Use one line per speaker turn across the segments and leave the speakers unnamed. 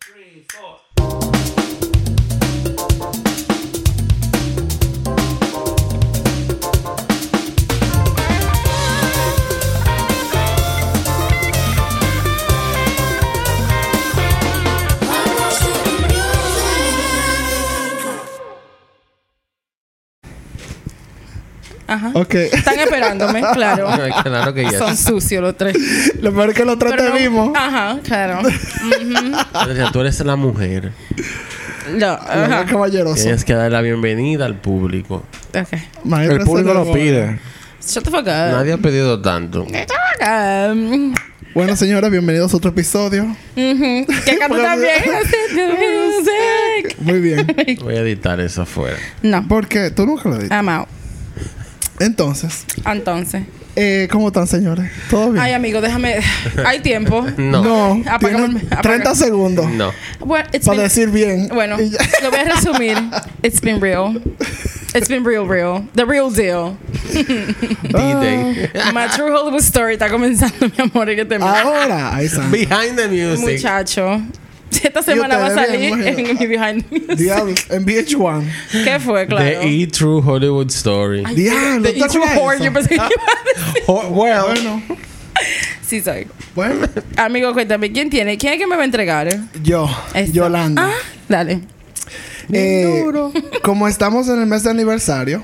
three, four.
Ajá.
Ok.
Están esperándome, claro.
No, claro que ya.
Son sucios los tres.
Lo peor es que los tres
Pero
te
no-
vimos.
Ajá, claro. Ujú.
Andrea, Tú eres la mujer.
No,
Y es
Ah, ajá.
caballeroso.
Tienes que dar la bienvenida al público.
Ok.
Maestro,
El público
ese
lo
no-
pide.
Shut the fuck up.
Nadie ha pedido tanto.
Shut the fuck up.
Bueno, señora, bienvenidos a otro episodio.
Ujú. Que canta también. Hacer the music.
Muy bien.
Voy a editar eso afuera.
No.
Porque tú nunca lo dices.
I'm out. Ah.
Entonces,
Entonces.
eh, ¿cómo están, señores? ¿Todo bien?
Ay, amigo, déjame. Hay tiempo.
No.
no,
Apagamos
tienen
el- apagamos.
30 segundos
No.
Bueno, it's
para
been-
decir bien.
Bueno,
Y ya.
lo voy a resumir. It's been real. It's been real, real. The real deal.
D-Day.
My true Hollywood story está comenzando, mi amor, y que te
Ahora,
Ah.
ahí está.
Behind the music.
Muchacho. Esta semana va a
ustedes,
salir
me imagino.
en mi behind the music.
Diablo, en VH1.
¿Qué fue, claro?
The E True Hollywood Story.
Diablo,
The
¿tú
True
acuerdas
Whore,
eso? Ah.
yo pensé que iba a decir.
Ho- well,
Bueno,
Sí, soy.
bueno,
Amigo, cuéntame, ¿quién tiene? ¿Quién es que me va a entregar?
yo,
Esta.
Yolanda.
Ah, dale.
Eh, como estamos en el mes de aniversario,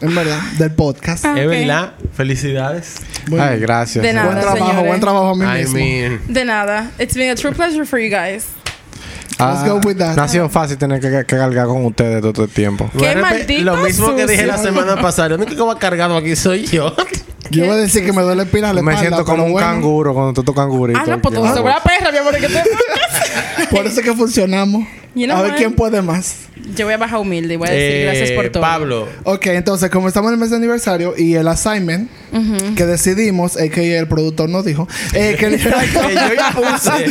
en verdad, del podcast.
Ah,
es
ok.
verdad. Felicidades.
Muy
Ay,
bien.
gracias.
De nada.
buen trabajo,
señores.
buen trabajo a mí
I
mismo.
mean.
De nada. It's been a true pleasure for you guys.
Ah,
Let's go with that.
No ha sido fácil tener que, que cargar con ustedes todo el tiempo.
Voy a repe-
maldito
pues, Lo mismo que dije la
sucio.
semana pasada. Lo único que va cargado aquí soy yo.
Yo voy a decir que me duele pila la
Me
espalda,
siento como
pero
un
bueno,
canguro cuando tú tocas cangurito.
Ah, no, pues tú
Yo-
se fue la perra, mi amor, ¿y que te
Por eso es que funcionamos.
You know
a ver
what?
quién puede más.
Yo voy a bajar humilde y voy a decir
Eh,
gracias por todo.
Pablo.
Ok, entonces, como estamos en el mes de aniversario y el assignment que decidimos, es que el productor nos dijo, eh, que,
Que yo impuse.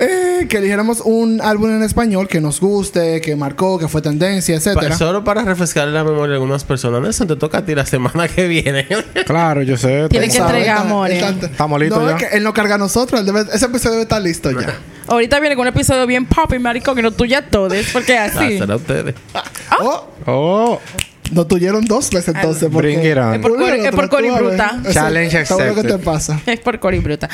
eh, que eligiéramos un álbum en español que nos guste, que marcó, que fue tendencia,
Pa-
etcétera.
solo para refrescar la memoria de algunas personas. Nelson, te toca a ti la semana que viene.
Claro, yo sé.
Tiene
tú
que
sabes.
entregar.
Está-
amores.
está-
Estamos listos
no,
ya.
es que él no carga a nosotros. él debe- ese episodio debe estar listo ya.
Ahorita viene con un episodio bien poppy, maricón, que no tuya a todos, porque así.
Dásela a ustedes.
Ah.
Oh,
Oh,
nos tuvieron dos veces entonces. porque-
bring it
Uy,
on.
por Cori-
el
es por
otro
Cori
tú, a ver.
Bruta.
Eso-
Challenge
¿sabes lo que
accepted.
te pasa?
Es por Cori Bruta.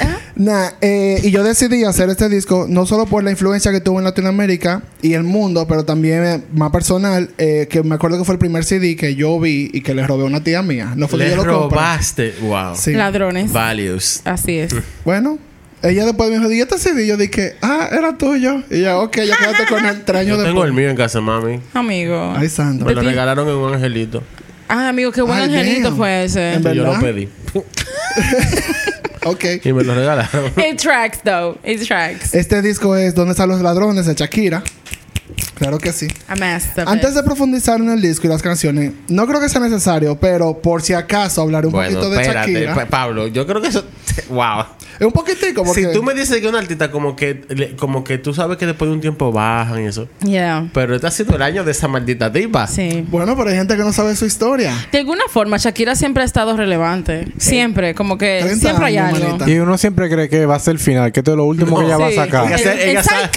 Ah,
Nah, eh, y yo decidí hacer este disco no solo por la influencia que tuvo en Latinoamérica y el mundo, pero también eh, más personal, eh, que me acuerdo que fue el primer CD que yo vi y que le robé a una tía mía. No fue que
Le
pues yo lo compré.
robaste. Wow.
Sí.
Ladrones.
Values.
Así es.
Bueno, ella después me dijo, ¿y este CD? Yo dije, ah, era tuyo. Y ya, ok, ya quédate con él tres años
Yo tengo
después.
el mío en casa, mami.
Amigo.
Ay, Sandra.
Me lo
ti?
regalaron en un angelito.
Ah, amigo, qué buen
Ay,
angelito
damn.
fue ese.
En
Y yo
¿Verdad?
lo pedí.
Ok.
Y me lo regalaron.
It tracks, though. It tracks.
Este disco es ¿Dónde están los ladrones? de Shakira. Claro que sí.
A master.
Antes de profundizar en el disco y las canciones, no creo que sea necesario, pero por si acaso hablaré un
Bueno,
poquito de
espérate,
Shakira.
pa- Pablo. Yo creo que eso. Wow.
Es un poquitico porque
Si tú me dices que un artista como que le- como que tú sabes que después de un tiempo bajan y eso,
eh. Yeah.
pero este ha sido el año de esa maldita tipa.
Sí.
Bueno, pero hay gente que no sabe su historia.
De alguna forma, Shakira siempre ha estado relevante.
Eh,
Siempre. Como que
30
siempre hay
años,
algo.
manita.
Y uno siempre cree que va a ser el final, que esto es lo último que ella va a
Sí.
Ella
sacar.
El-
se-
el
ella
psych.
sabe-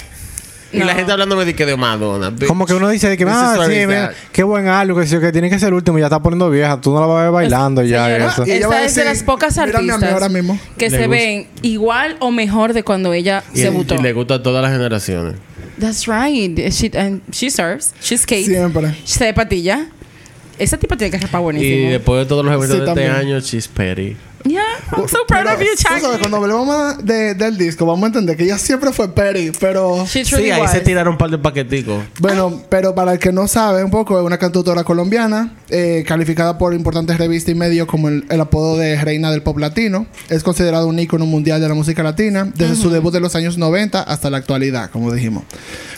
Y
No.
la gente hablándome de que de Madonna. bitch.
Como que uno dice de que,
This is
ah,
what
sí,
is
mira,
that.
qué buen algo, que sí, que tiene que ser el último, ya está poniendo vieja, tú no la vas a ver bailando ya.
Señora, eh,
eso.
Y ella va a
Esa es de
decir,
las pocas
"Mírame a mí
artistas
ahora mismo".
que
Le
se
gusta.
ven igual o mejor de cuando ella
y,
se debutó.
y le gusta a todas las generaciones.
That's right. She, and she serves. She skates.
Siempre.
Se de patilla. Esa tipa tiene que rapar
Y
buenísimo.
después de todos los eventos
Sí,
de este
también.
año, she's petty.
yeah, I'm so proud
Pero,
of you,
tú sabes,
Chucky.
cuando hablemos más de- del disco, vamos a entender que ella siempre fue Perry, pero.
She truly
Sí, ahí
was.
se tiraron un par de paqueticos.
Bueno, pero para el que no sabe un poco, es una cantautora colombiana, eh, calificada por importantes revistas y medios como el, el apodo de Reina del Pop Latino. Es considerada un ícono mundial de la música latina, desde su debut de los años 90 hasta la actualidad, como dijimos.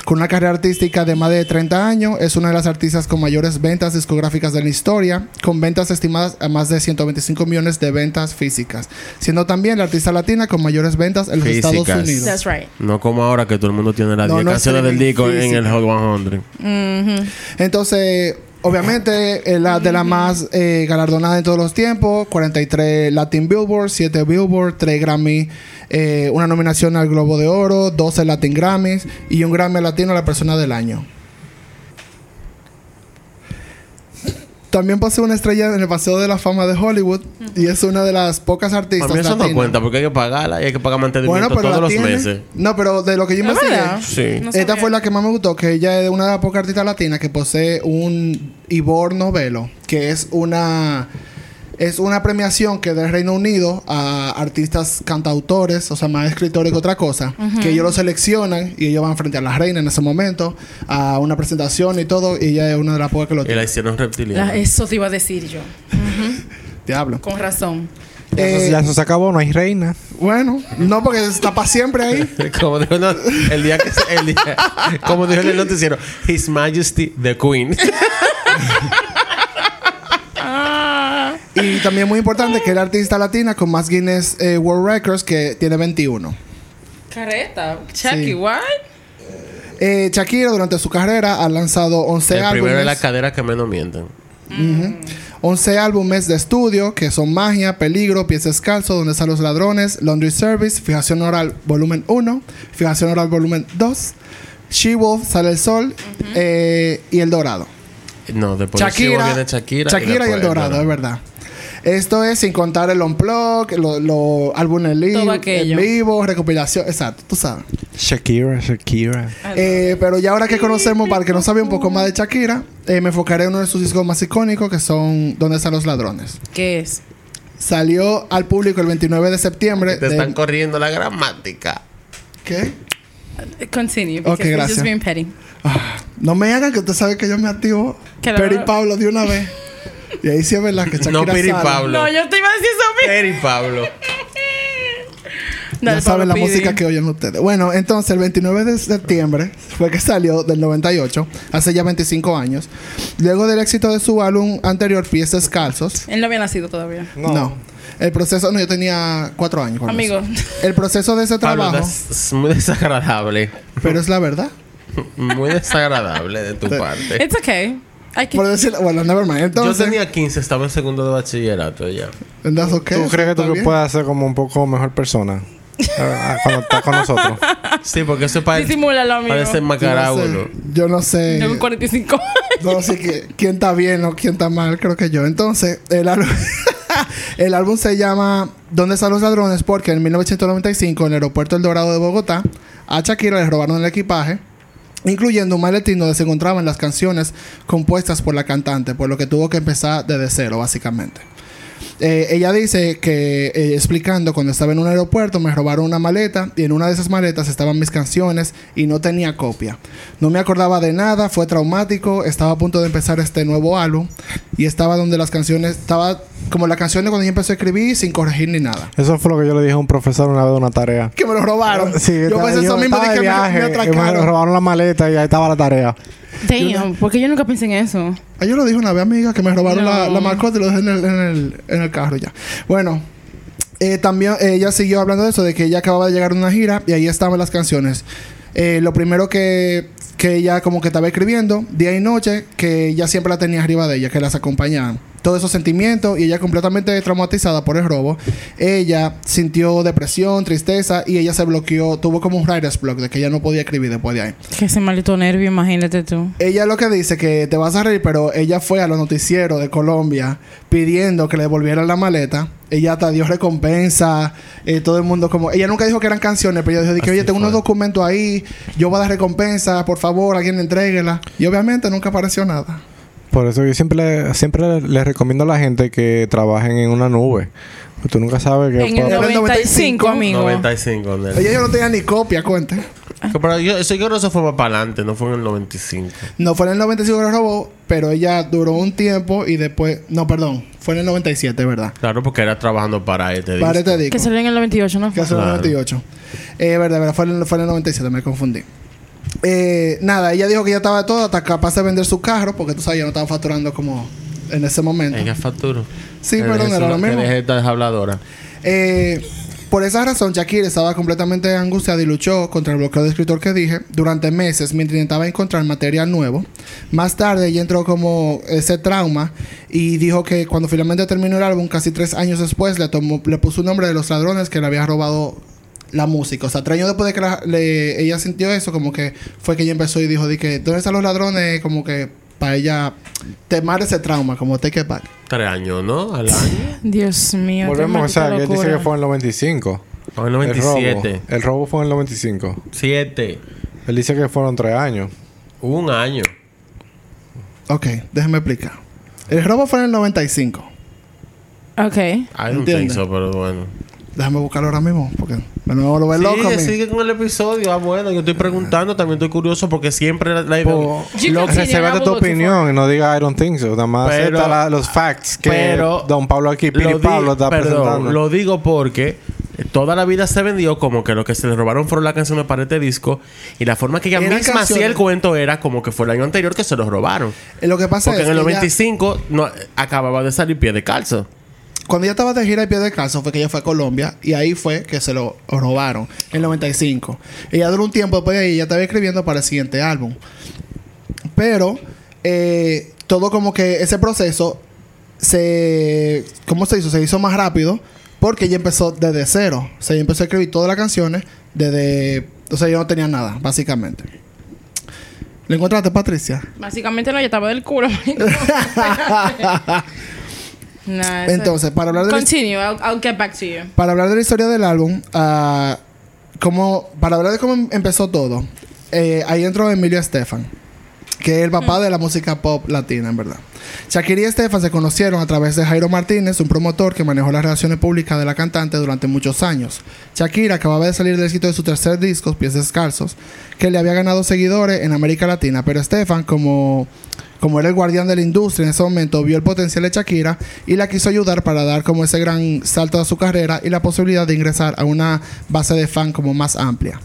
Con una carrera artística de más de 30 años, es una de las artistas con mayores ventas discográficas de la historia, con ventas estimadas a más de 125 millones de ventas físicas, siendo también la artista latina con mayores ventas en los
Físicas.
Estados Unidos.
That's right.
No como ahora que todo el mundo tiene las
No,
10
no
canciones del
streaming
disco en
Mm-hmm.
físico.
el Hot 100.
Entonces, Obviamente, es la de la más eh, galardonada en todos los tiempos: 43 Latin Billboard, 7 Billboard, 3 Grammy, eh, una nominación al Globo de Oro, 12 Latin Grammys y un Grammy Latino a la persona del año. También pasó una estrella en el Paseo de la Fama de Hollywood y es una de las pocas artistas.
Para mí eso no
latinas.
cuenta porque hay que pagarla y hay que pagar
Bueno,
mantenimiento
pues,
pero
todos
la
los
tiene.
meses.
No, pero de lo que yo
¿Es
investigué,
verdad?
Sí.
No
esta
sabía.
fue la que más me gustó, que ella es una de las pocas artistas latinas que posee un Ivor Novelo, que es una es una premiación que del Reino Unido a artistas cantautores, o sea, más escritores que otra cosa, que ellos lo seleccionan y ellos van frente a la reina en ese momento a una presentación y todo, y ella es una de las pocas que lo
Y la
tiene.
hicieron reptiliana.
La- eso te iba a decir yo.
Diablo.
Con razón.
Ya eso-
Eh,
ya eso se acabó, no hay reina.
Bueno, no porque está para siempre ahí.
Como dijo no, el día que se- el día- como dijo en el noticiero, His Majesty the Queen.
Y también muy importante que es la artista latina con más Guinness eh, World Records que tiene 21.
Careta.
Sí.
Chucky, what?
Eh, Shakira durante su carrera ha lanzado 11
el primero es la
álbumes,
cadera que menos mienten.
11 álbumes de estudio que son Magia, Peligro, Pies Descalzo, Donde están los ladrones, Laundry Service, Fijación Oral Volumen 1, Fijación Oral Volumen 2, She Wolf, Sale el Sol eh, y El Dorado.
No, después de Chivo
Shakira,
viene Shakira.
Shakira y,
después
El Dorado, es verdad. Esto es sin contar el Unplugged, los álbumes li-
Todo
en
aquello.
vivo, recopilación, exacto, tú sabes.
Shakira, Shakira.
Eh, pero ya ahora que conocemos, para el que no sabe un poco más de Shakira, eh, me enfocaré en uno de sus discos más icónicos, que son ¿Dónde están los ladrones?
¿Qué es?
Salió al público el 29 de septiembre.
Te
de-
están corriendo la gramática.
¿Qué?
Continue.
Ok,
because it's
gracias.
Just being petty.
Ah, no me hagan que usted sabe que yo me activo.
Que la-
Peri Pablo de una vez. Y ahí sí es verdad que Shakira
no Peri
sale.
Pablo.
No, yo te iba a decir eso mismo.
Peri Pablo.
Dale,
ya saben
Pablo,
la
pide.
música que oyen ustedes. Bueno, entonces el 29 de septiembre fue que salió del 98, hace ya 25 años. Luego del éxito de su álbum anterior, Pies Descalzos,
Él no había nacido todavía.
No. El proceso, no, yo tenía cuatro años. cuando
Amigo.
eso. El proceso de ese
Pablo,
trabajo,
das- es muy desagradable.
pero es la verdad.
Muy desagradable de tu parte.
It's okay. I
Por
can...
decir, bueno, never mind.
Yo
Entonces,
tenía 15, estaba en segundo de bachillerato ya.
that's okay,
¿Tú crees que
está
tú
bien.
puedas ser como un poco mejor persona? Ah, ah, Cuando estás con nosotros.
Sí, porque eso es para,
Disimúlalo, amigo.
para desenmascarar a uno.
Yo no sé. Yo
Tengo
no sé.
45
No sé qué- quién está bien o quién está mal, creo que yo. Entonces, el álbum, el álbum se llama ¿Dónde están los ladrones? Porque en 1995, en el aeropuerto El Dorado de Bogotá, a Shakira le robaron el equipaje, incluyendo un maletín donde se encontraban las canciones compuestas por la cantante, por lo que tuvo que empezar desde cero, básicamente. Eh, ella dice que, eh, explicando, cuando estaba en un aeropuerto me robaron una maleta y en una de esas maletas estaban mis canciones y no tenía copia. No me acordaba de nada, fue traumático, estaba a punto de empezar este nuevo álbum y estaba donde las canciones, estaba como la canción de cuando yo empecé a escribir sin corregir ni nada.
Eso fue lo que yo le dije a un profesor una vez de una tarea.
Que me lo robaron. yo pensé eso mismo,
estaba
dije me,
de viaje,
me
y me
atracaron.
robaron la maleta y ahí estaba la tarea.
Damn, porque yo nunca pensé en eso.
Ah, yo lo dije una vez, amiga, que me robaron
No.
la, la mascota y lo dejé en el, en el- en el carro ya. Bueno, eh, también eh, ella siguió hablando de eso, de que ella acababa de llegar de una gira y ahí estaban las canciones. Eh, lo primero que, que ella como que estaba escribiendo, día y noche, que ella siempre la tenía arriba de ella, que las acompañaban. Todos esos sentimientos y ella completamente traumatizada por el robo. Ella sintió depresión, tristeza y ella se bloqueó, tuvo como un writer's block de que ella no podía escribir después de ahí.
Que ese maldito nervio, imagínate tú.
Ella lo que dice que te vas a reír, pero ella fue a los noticieros de Colombia pidiendo que le devolvieran la maleta. Ella hasta dio recompensa. eh, todo el mundo como... Ella nunca dijo que eran canciones, pero ella dijo de que,
Así
oye, tengo unos
fue.
documentos ahí. Yo voy a dar recompensa. Por favor, alguien entréguela. Y obviamente nunca apareció nada.
Por eso yo siempre, le- siempre les recomiendo a la gente que trabajen en una nube. Porque tú nunca sabes que...
En el
En el
95,
95,
amigo.
95, Nel.
Ella yo no tenía ni copia, cuente.
Pero yo, eso, yo creo que eso fue más para adelante, no fue en el 95.
No fue en el 95 que lo robó, pero ella duró un tiempo y después... No, perdón. Fue en el 97, ¿verdad?
Claro, porque era trabajando para este
Para
disco.
te digo.
Que salió en el 98, ¿no?
Que hace el
Claro.
98. Eh, verdad, verdad, fue en, fue en el 97, me confundí. Eh, nada, ella dijo que ya estaba todo hasta capaz de vender su carro, porque tú sabes, ya no estaba facturando como en ese momento.
Ella facturó. Eh,
Sí,
Que
perdón,
deje
era
su-
lo
que
mismo.
deje esta habladora.
Eh, Por esa razón, Shakira estaba completamente angustiada y luchó contra el bloqueo de escritor que dije durante meses mientras intentaba encontrar material nuevo. Más tarde, ella entró como ese trauma y dijo que cuando finalmente terminó el álbum, casi tres años después, le, tomó, le puso un nombre de los ladrones que le había robado la música. O sea, tres años después de que la- le- ella sintió eso, como que fue que ella empezó y dijo, di que, ¿dónde están los ladrones? Como que para ella temar ese trauma, como take it back.
Tres años, ¿no? Al año.
Dios mío.
Volvemos, o sea,
que
que él dice que fue en el 95.
O en
El robo.
97.
El robo fue en el 95.
Siete.
Él dice que fueron tres años.
Un año.
Ok, déjeme explicar. El robo fue en el 95.
Ok.
I don't
Entiendo.
think so, pero bueno.
Déjame buscarlo ahora mismo, porque me lo voy a volver loco. a
Sigue,
mí.
sigue con el episodio. Ah, bueno, yo estoy preguntando, también estoy curioso porque siempre la, la-
Po-
You
Lo
can see the
reservate tu
apple looking
opinión y no diga I don't think so. Nada más
Pero-
acepta la- los facts que
pero-
Don Pablo aquí, Piri
lo di-
Pablo está
perdón,
presentando.
Lo digo porque toda la vida se vendió como que lo que se le robaron fueron las canciones para este disco y la forma que ella
Eran
misma hacía
canciones.
el cuento era como que fue el año anterior que se los robaron.
Eh, Lo que pasa
Porque
es
en el
que ella-
95 no, acababa de salir pie de calza.
cuando ella estaba de gira y pie de caso fue que ella fue a Colombia y ahí fue que se lo robaron en el 95. Ella duró un tiempo después de ahí, ella estaba escribiendo para el siguiente álbum. Pero eh, todo como que ese proceso se ¿cómo se hizo? Se hizo más rápido porque ella empezó desde cero. O sea, ella empezó a escribir todas las canciones desde o sea, ella no tenía nada, básicamente. ¿Le encontraste, Patricia?
Básicamente no, yo estaba del culo, marico. Nah, Ah, eso-
Entonces, para hablar de la
Continue, I'll, I'll get back to you.
Para hablar de la historia del álbum, ah, cómo- para hablar de cómo em- empezó todo, eh, ahí entró Emilio Estefan, que es el papá de la música pop latina, en verdad. Shakira y Estefan se conocieron a través de Jairo Martínez, un promotor que manejó las relaciones públicas de la cantante durante muchos años. Shakira acababa de salir del éxito de su tercer disco, Pies Descalzos, que le había ganado seguidores en América Latina, pero Estefan, como como era el guardián de la industria en ese momento, vio el potencial de Shakira y la quiso ayudar para dar como ese gran salto a su carrera y la posibilidad de ingresar a una base de fan como más amplia.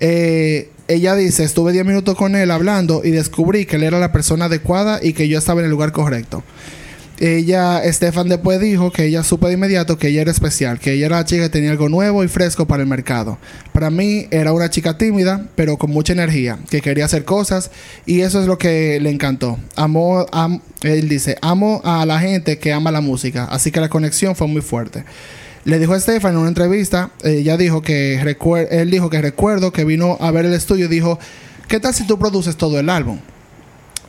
Eh, ella dice, estuve 10 minutos con él hablando y descubrí que él era la persona adecuada y que yo estaba en el lugar correcto. Ella, Estefan después dijo que ella supo de inmediato que ella era especial, que ella era la chica que tenía algo nuevo y fresco para el mercado. Para mí era una chica tímida, pero con mucha energía, que quería hacer cosas y eso es lo que le encantó. Amó, am- él dice, amo a la gente que ama la música, así que la conexión fue muy fuerte. Le dijo a Estefan en una entrevista, eh, ella dijo que recuer- él dijo que recuerdo que vino a ver el estudio y dijo, ¿qué tal si tú produces todo el álbum?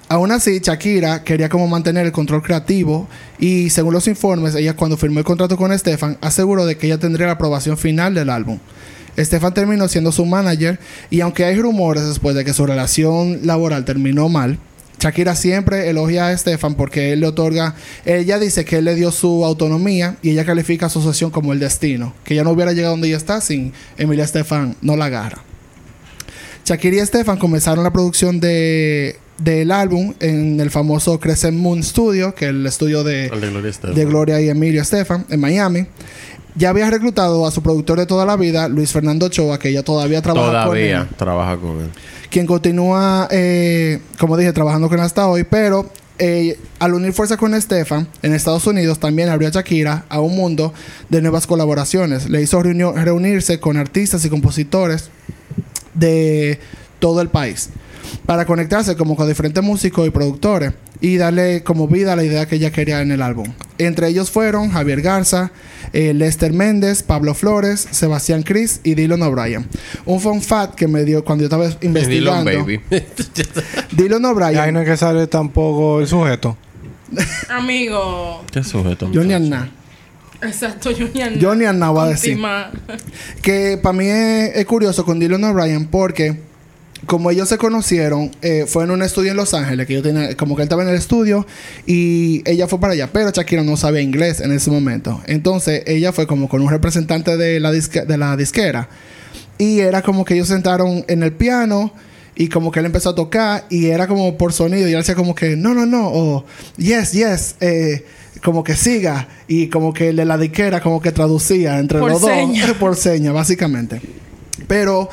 Aún así, Shakira quería como mantener el control creativo y según los informes, ella cuando firmó el contrato con Estefan aseguró de que ella tendría la aprobación final del álbum. Estefan terminó siendo su manager y aunque hay rumores después de que su relación laboral terminó mal, Shakira siempre elogia a Estefan porque él le otorga, ella dice que él le dio su autonomía y ella califica su asociación como el destino, que ella no hubiera llegado donde ella está sin Emilia Estefan, no la agarra. Shakira y Estefan comenzaron la producción de del álbum en el famoso Crescent Moon Studio, que es el estudio Eh, de,
Al de Gloria Estefan.
de Gloria y Emilio Estefan en Miami. Ya había reclutado a su productor de toda la vida, Luis Fernando Ochoa, que ella todavía trabaja con él
Todavía trabaja con él.
quien continúa, eh, como dije, trabajando con él hasta hoy, pero eh, al unir fuerzas con Estefan en Estados Unidos también abrió a Shakira a un mundo de nuevas colaboraciones. Le hizo reunio- reunirse con artistas y compositores de todo el país para conectarse como con diferentes músicos y productores y darle como vida a la idea que ella quería en el álbum. Entre ellos fueron Javier Garza, eh, Lester Méndez, Pablo Flores, Sebastián Cris y Dylan O'Brien. Un fun fact que me dio cuando yo estaba investigando.
Dylan Baby.
Dylan
Y ahí
O'Brien.
no es que sale tampoco el sujeto.
Amigo.
¿Qué sujeto?
Johnny
muchacho?
Anna.
Exacto, Junior.
Johnny Anna va a decir.
Última.
Que para mí es, es curioso con Dylan O'Brien porque como ellos se conocieron, eh, fue en un estudio en Los Ángeles, que yo tenía, como que él estaba en el estudio y ella fue para allá, pero Shakira no sabía inglés en ese momento. Entonces ella fue como con un representante de la, disque- de la disquera y era como que ellos sentaron en el piano. Y como que él empezó a tocar y era como por sonido y él hacía como que no, no, no, o yes, yes, eh, como que siga y como que el de la disquera como que traducía entre
Por
los dos
seña.
por seña, básicamente. Pero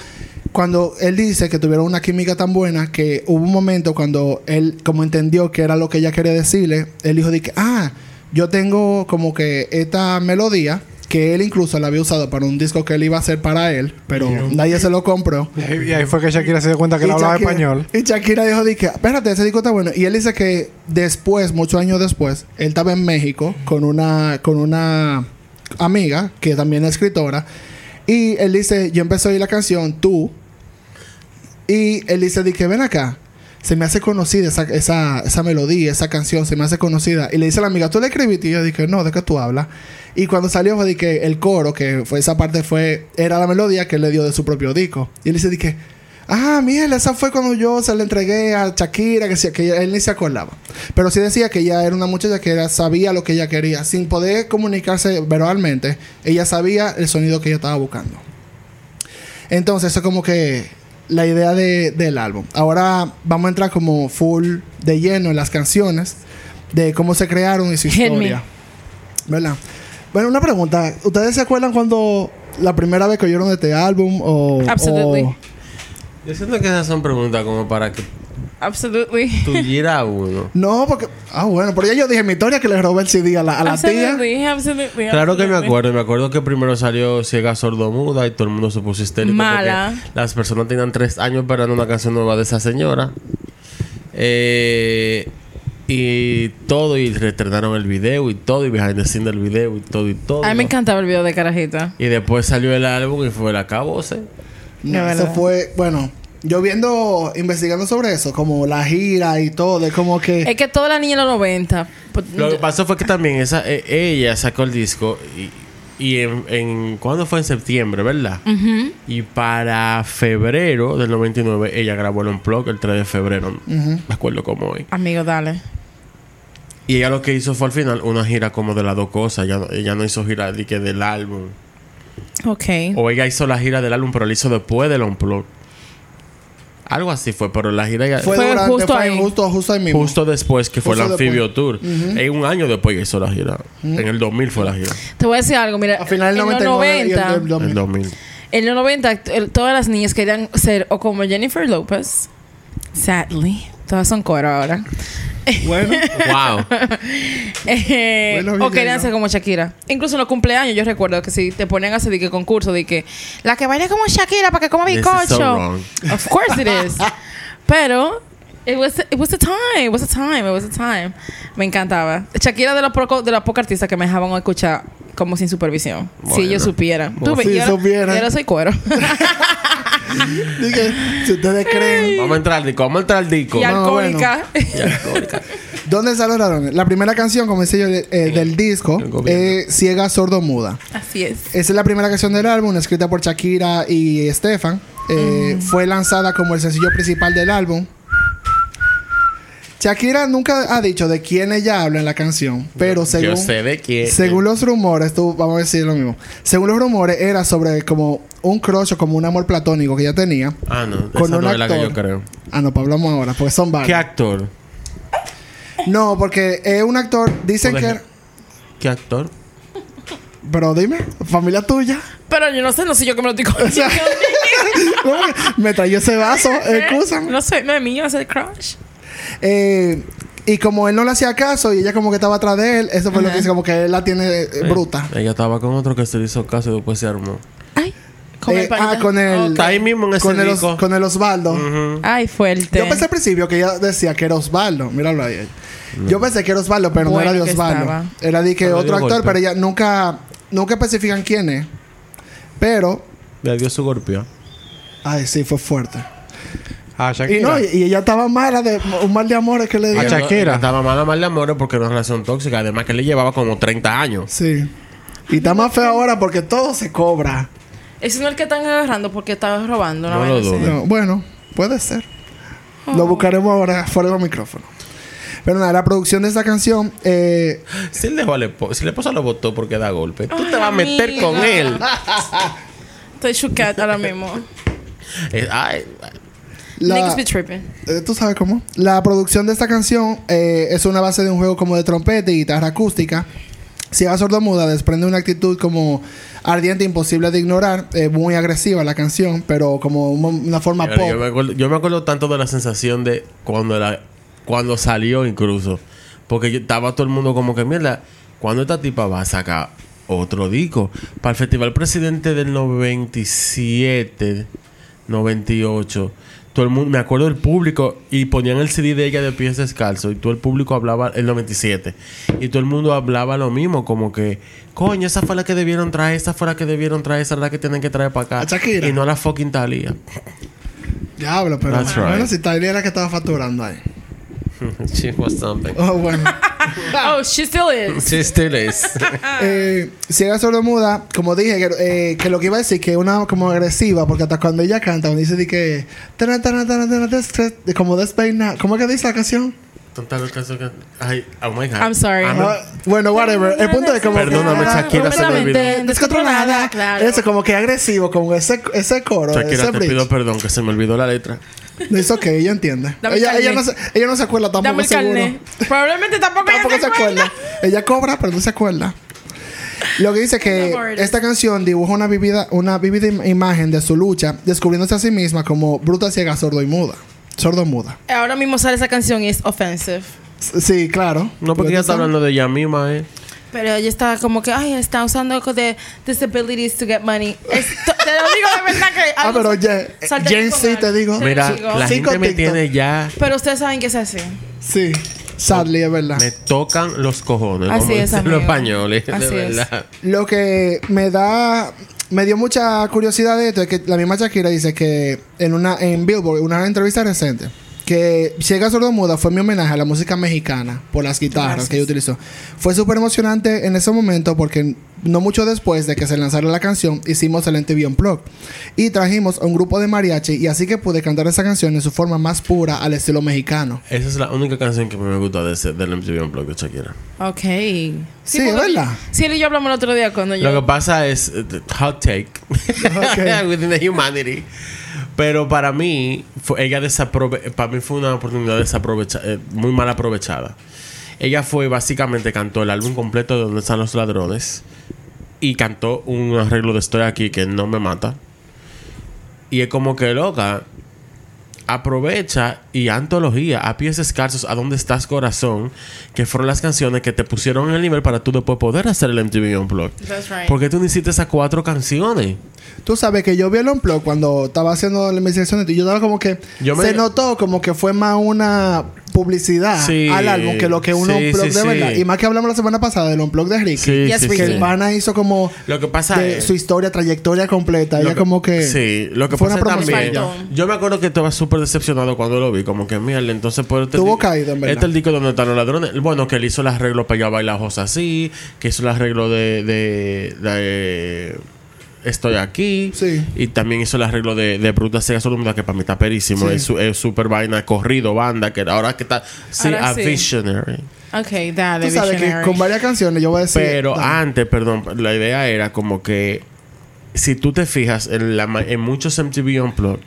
cuando él dice que tuvieron una química tan buena que hubo un momento cuando él como entendió que era lo que ella quería decirle, él dijo de que, ah, yo tengo como que esta melodía que él incluso la había usado para un disco que él iba a hacer para él, pero nadie se lo compró.
Y ahí, y ahí fue que Shakira se dio cuenta que él
Y
hablaba
Shakira-
español.
Y Shakira dijo, de que, espérate, ese disco está bueno. Y él dice que después, muchos años después, él estaba en México con una, con una amiga que también es escritora. Y él dice, yo empecé a oír la canción, tú. Y él dice, de que ven acá. Se me hace conocida esa, esa, esa melodía, esa canción, se me hace conocida. Y le dice a la amiga, ¿tú la escribiste? Y yo dije, no, ¿de qué tú hablas? Y cuando salió fue de que el coro, que fue esa parte fue, era la melodía que él le dio de su propio disco. Y él dice de que, ah, mira, esa fue cuando yo se la entregué a Shakira, que, sí- que ella- él ni se acordaba. Pero sí decía que ella era una muchacha que era- sabía lo que ella quería, sin poder comunicarse verbalmente, ella sabía el sonido que ella estaba buscando. Entonces, eso es como que la idea de- del álbum. Ahora vamos a entrar como full de lleno en las canciones, de cómo se crearon y su
Hit me.
historia. ¿Verdad? Bueno, una pregunta. ¿Ustedes se acuerdan cuando la primera vez que oyeron de este álbum o...
Absolutely.
o-
Yo siento que esas son preguntas como para que
Absolutely.
tuviera uno.
No, porque... Ah, bueno, pero ya yo dije mi historia que le robé el CD a la,
Ah,
a la tía.
Absolutely, absolutely.
Claro que me
absolutely.
acuerdo, me acuerdo que primero salió Ciega Sordomuda y todo el mundo se puso histérico.
Mala.
porque Las personas tenían tres años esperando una canción nueva de esa señora. Eh, y todo, y retornaron el video y todo, y behind the scene del video y todo y todo.
A mí me encantaba el video de Carajita.
Y después salió el álbum y fue la cabose.
No,
De
eso
verdad.
fue... Bueno, yo viendo... Investigando sobre eso, como la gira y todo, de como que...
Es que toda la niña de los 90. pues,
Lo que pasó fue que también esa, eh, ella sacó el disco y, y en, en- ¿Cuándo fue? En septiembre, ¿verdad?
Ujú.
Y para febrero del 99 ella grabó el Unplugged el 3 de febrero. Me acuerdo como hoy.
Amigo, dale.
Y ella lo que hizo fue al final una gira como de las dos cosas. Ella, no- ella no hizo gira de que del álbum.
Ok.
O ella hizo la gira del álbum, pero la hizo después del Unplugged. Algo así fue, pero la gira ella-
Fue,
Fue
durante,
justo
fue
ahí.
Justo, justo ahí mismo.
justo después que fue el
Justo
Anfibio
después.
Tour. Eh, un año después que hizo la gira. En el 2000 fue la gira.
Te voy a decir algo, mira.
A final del
en los
99 y el
90,
del 2000.
El 2000.
En los 90, el- todas las niñas querían ser o como Jennifer Lopez. Sadly. Todas son coro ahora.
Bueno,
wow.
Eh,
Bueno,
o
bien,
querían
¿no?
ser como Shakira. Incluso en los cumpleaños, yo recuerdo que si te ponían a hacer de que concurso, de que la que baile como Shakira para que coma
This is so
bizcocho.
wrong.
of course it is. Pero it was, it was the time, it was the time, it was the time. Me encantaba. Shakira de los poco- de las pocas artistas que me dejaban escuchar como sin supervisión. Si
Bueno.
ellos supieran. Tú ves,
Si
yo, ahora-
supieran.
yo ahora soy cuero.
dije, si ustedes creen.
Vamos a entrar al disco. Vamos a entrar al disco.
y
al-
alcohólica.
¿Dónde salonaron? La primera canción, como decía yo, eh, del disco
el gobierno.
es Ciega Sordo Muda.
Así es.
Esa es la primera canción del álbum, escrita por Shakira y Stefan. Eh, Fue lanzada como el sencillo principal del álbum. Shakira nunca ha dicho de quién ella habla en la canción, pero según...
Yo sé de quién.
Según los rumores, tú, vamos a decir lo mismo. Según los rumores, era sobre como un crush o como un amor platónico que ella tenía.
Ah, no.
con
esa
un
no es la que
actor.
yo creo.
Ah, no, pues hablamos ahora, porque son
¿Qué
varios.
actor?
No, porque es un actor, dicen
Joder.
que.
¿Qué actor?
Pero dime, familia tuya.
Pero yo no sé, no sé yo que me lo estoy comiendo.
¿Cómo que me trayó ese vaso, excúsame.
No sé, no es mío, es el crush.
Eh, y como él no le hacía caso y ella como que estaba atrás de él, eso fue lo que dice, como que él la tiene eh,
Eh,
bruta.
Ella estaba con otro que se le hizo caso y después se armó.
Ay, con
Eh,
el panita.
ah, con el-
Ok.
Está ahí mismo en ese
Con el, Os-
disco.
con el Osvaldo.
Ujú.
Ay, fuerte.
Yo pensé al principio que ella decía que era Osvaldo. Míralo ahí. Yo pensé que era Osvaldo, pero
Bueno
no era
que
de Osvaldo.
estaba.
Era de que
Mm. Pero
otro
dio
actor,
golpe.
pero ella nunca, nunca especifican quién es. Pero,
Le dio su golpeo.
ay, sí, fue fuerte. Y
A Ah, Shakira.
no, y, y ella estaba mala de un mal de amores que le
A
Ella
dio.
no-
Shakira.
ella Estaba mala, mal de amores porque era una relación tóxica. Además que le llevaba como 30 años.
Sí. Y está más feo ahora porque todo se cobra.
Ese no es el que están agarrando porque estaba robando. una
No
vaina
lo
así.
dudo.
No, bueno, puede ser. Lo buscaremos ahora fuera del micrófono. Pero nada, la producción de esta canción, eh,
Si él dejó al esposo, si la esposa lo votó porque da golpe, tú te vas a meter
amiga.
con él.
Estoy chucat ahora mismo.
Eh, ay, ay.
la,
Niggas be tripping.
Eh, ¿Tú sabes cómo? La producción de esta canción eh, es una base de un juego como de trompeta y guitarra acústica. Ciega Sordomuda desprende una actitud como ardiente, imposible de ignorar, eh, muy agresiva la canción, pero como un- una forma
Pero yo,
pop.
me acuerdo, yo me acuerdo tanto de la sensación de cuando la, cuando salió incluso. Porque yo- estaba todo el mundo como que, mierda, cuando esta tipa va a sacar otro disco. Para el Festival Presidente del 97, 98, todo el mundo, me acuerdo del público, y ponían el CD de ella de pies descalzos, y todo el público hablaba, el 97, y todo el mundo hablaba lo mismo, como que, coño, esa fue la que debieron traer, esa fue la que debieron traer, esa es la que tienen que traer para
A
acá.
Shakira.
Y no a la fucking Talía.
Diablo, pero
That's
bueno,
right.
si Taylor era la que estaba facturando ahí.
She was something.
Oh, bueno. Ah.
Oh, she still is.
She still is.
eh, ciega sordomuda, como dije, que, eh, que lo que iba a decir, que es una como agresiva, porque hasta cuando ella canta, cuando dice de que. tana, tana, tana, tana, des- des- de como despeina. ¿Cómo es que dice la canción?
Tonta lo caso que- Ay, oh my God.
I'm sorry.
Ah,
Ah, bueno, whatever. El punto es como. que- Ah,
Perdóname, Shakira, se me olvidó.
Completamente
Descontrolada.
Descontrolada, claro.
Eso, como que agresivo, como ese, ese coro.
Shakira,
ese
te
bridge.
pido perdón que se me olvidó la letra.
Es ok, ella entiende.
Dame
ella,
carne.
ella, no se, ella no se acuerda tampoco,
Dame el
seguro.
carnet. Probablemente tampoco, ella
Tampoco se acuerda. Ella cobra, pero no se acuerda. Lo que dice que
Lord.
esta canción dibuja una vivida, una vívida im- imagen de su lucha, descubriéndose a sí misma como bruta ciega, sordo y muda. Sordo muda.
Ahora mismo sale esa canción y es offensive.
S- Sí, claro.
No, porque ella está hablando de ella misma, ¿eh?
Pero ella está como que, ay, está usando co- de disabilities to get money. Es- to- te lo digo de verdad que.
Ah,
algo
pero
se-
Jen,
salta
Jen
con
sí
algo.
te digo.
Mira,
Chico.
la
Cinco
gente me
TikTok.
tiene ya...
Pero ustedes saben que es así.
Sí. Sadly, es verdad.
Me tocan los cojones.
Así
como
es,
dicen
amigo.
los españoles.
Así
de
es.
verdad.
Lo que me da. Me dio mucha curiosidad de esto es que la misma Shakira dice que en una en Billboard, una entrevista reciente, que Ciega Sordomuda fue mi homenaje a la música mexicana por las guitarras que ella utilizó. Fue súper emocionante en ese momento porque no mucho después de que se lanzara la canción hicimos el MTV Unplugged y trajimos a un grupo de mariachi y así que pude cantar esa canción en su forma más pura al estilo mexicano.
Esa es la única canción que me gusta de ese, del MTV Unplugged de Shakira.
Ok.
Sí, es
porque-
verdad.
Sí, él y yo hablamos el otro día cuando
Lo
yo.
que pasa es... eh, the Hot take.
Ok.
Within the humanity. Pero para mí... fue- ella desaprove... Para mí fue una oportunidad desaprovechada. muy mal aprovechada. Ella fue... Básicamente cantó el álbum completo de Donde están los ladrones. Y cantó un arreglo de Estoy aquí que no me mata. Y es como que loca. Aprovecha y antología a pies escasos a dónde estás corazón, que fueron las canciones que te pusieron en el nivel para tú después poder hacer el MTV Unplugged.
That's right.
¿Por qué tú no hiciste esas cuatro canciones?
Tú sabes que yo vi el Unplugged cuando estaba haciendo la investigación y yo estaba como que
Yo me-
se notó como que fue más una publicidad
Sí.
al álbum que lo que un
Sí,
Unplugged
sí,
de
sí.
verdad. Y más que hablamos la semana pasada del Unplugged de Ricky.
Yes,
Que el pana hizo como
Lo que pasa
de
es-
su historia, trayectoria completa.
Lo
Ella como que
Sí, lo que
fue
pasa
una promoción
también.
Faltó.
Yo me acuerdo que estaba súper decepcionado cuando lo vi. Como que, mierda, entonces... Por este
Tuvo
disco-
caída, en verdad.
Este es el disco donde están los ladrones. Bueno, que él hizo el arreglo para allá bailar José así. Que hizo el arreglo de... de, de- Estoy aquí.
Sí.
Y también hizo el arreglo de, de Bruta Sega Solomida, que para mí está perísimo.
Sí.
Es su- Es súper vaina, corrido, banda, que ahora que está. Sí,
Ahora
a
sí.
visionary.
Ok, dale,
Tú sabes que
Visionary.
con varias canciones yo voy a decir.
Pero
dale.
antes, perdón, la idea era como que si tú te fijas en, la, ma- en muchos MTV Unplugged,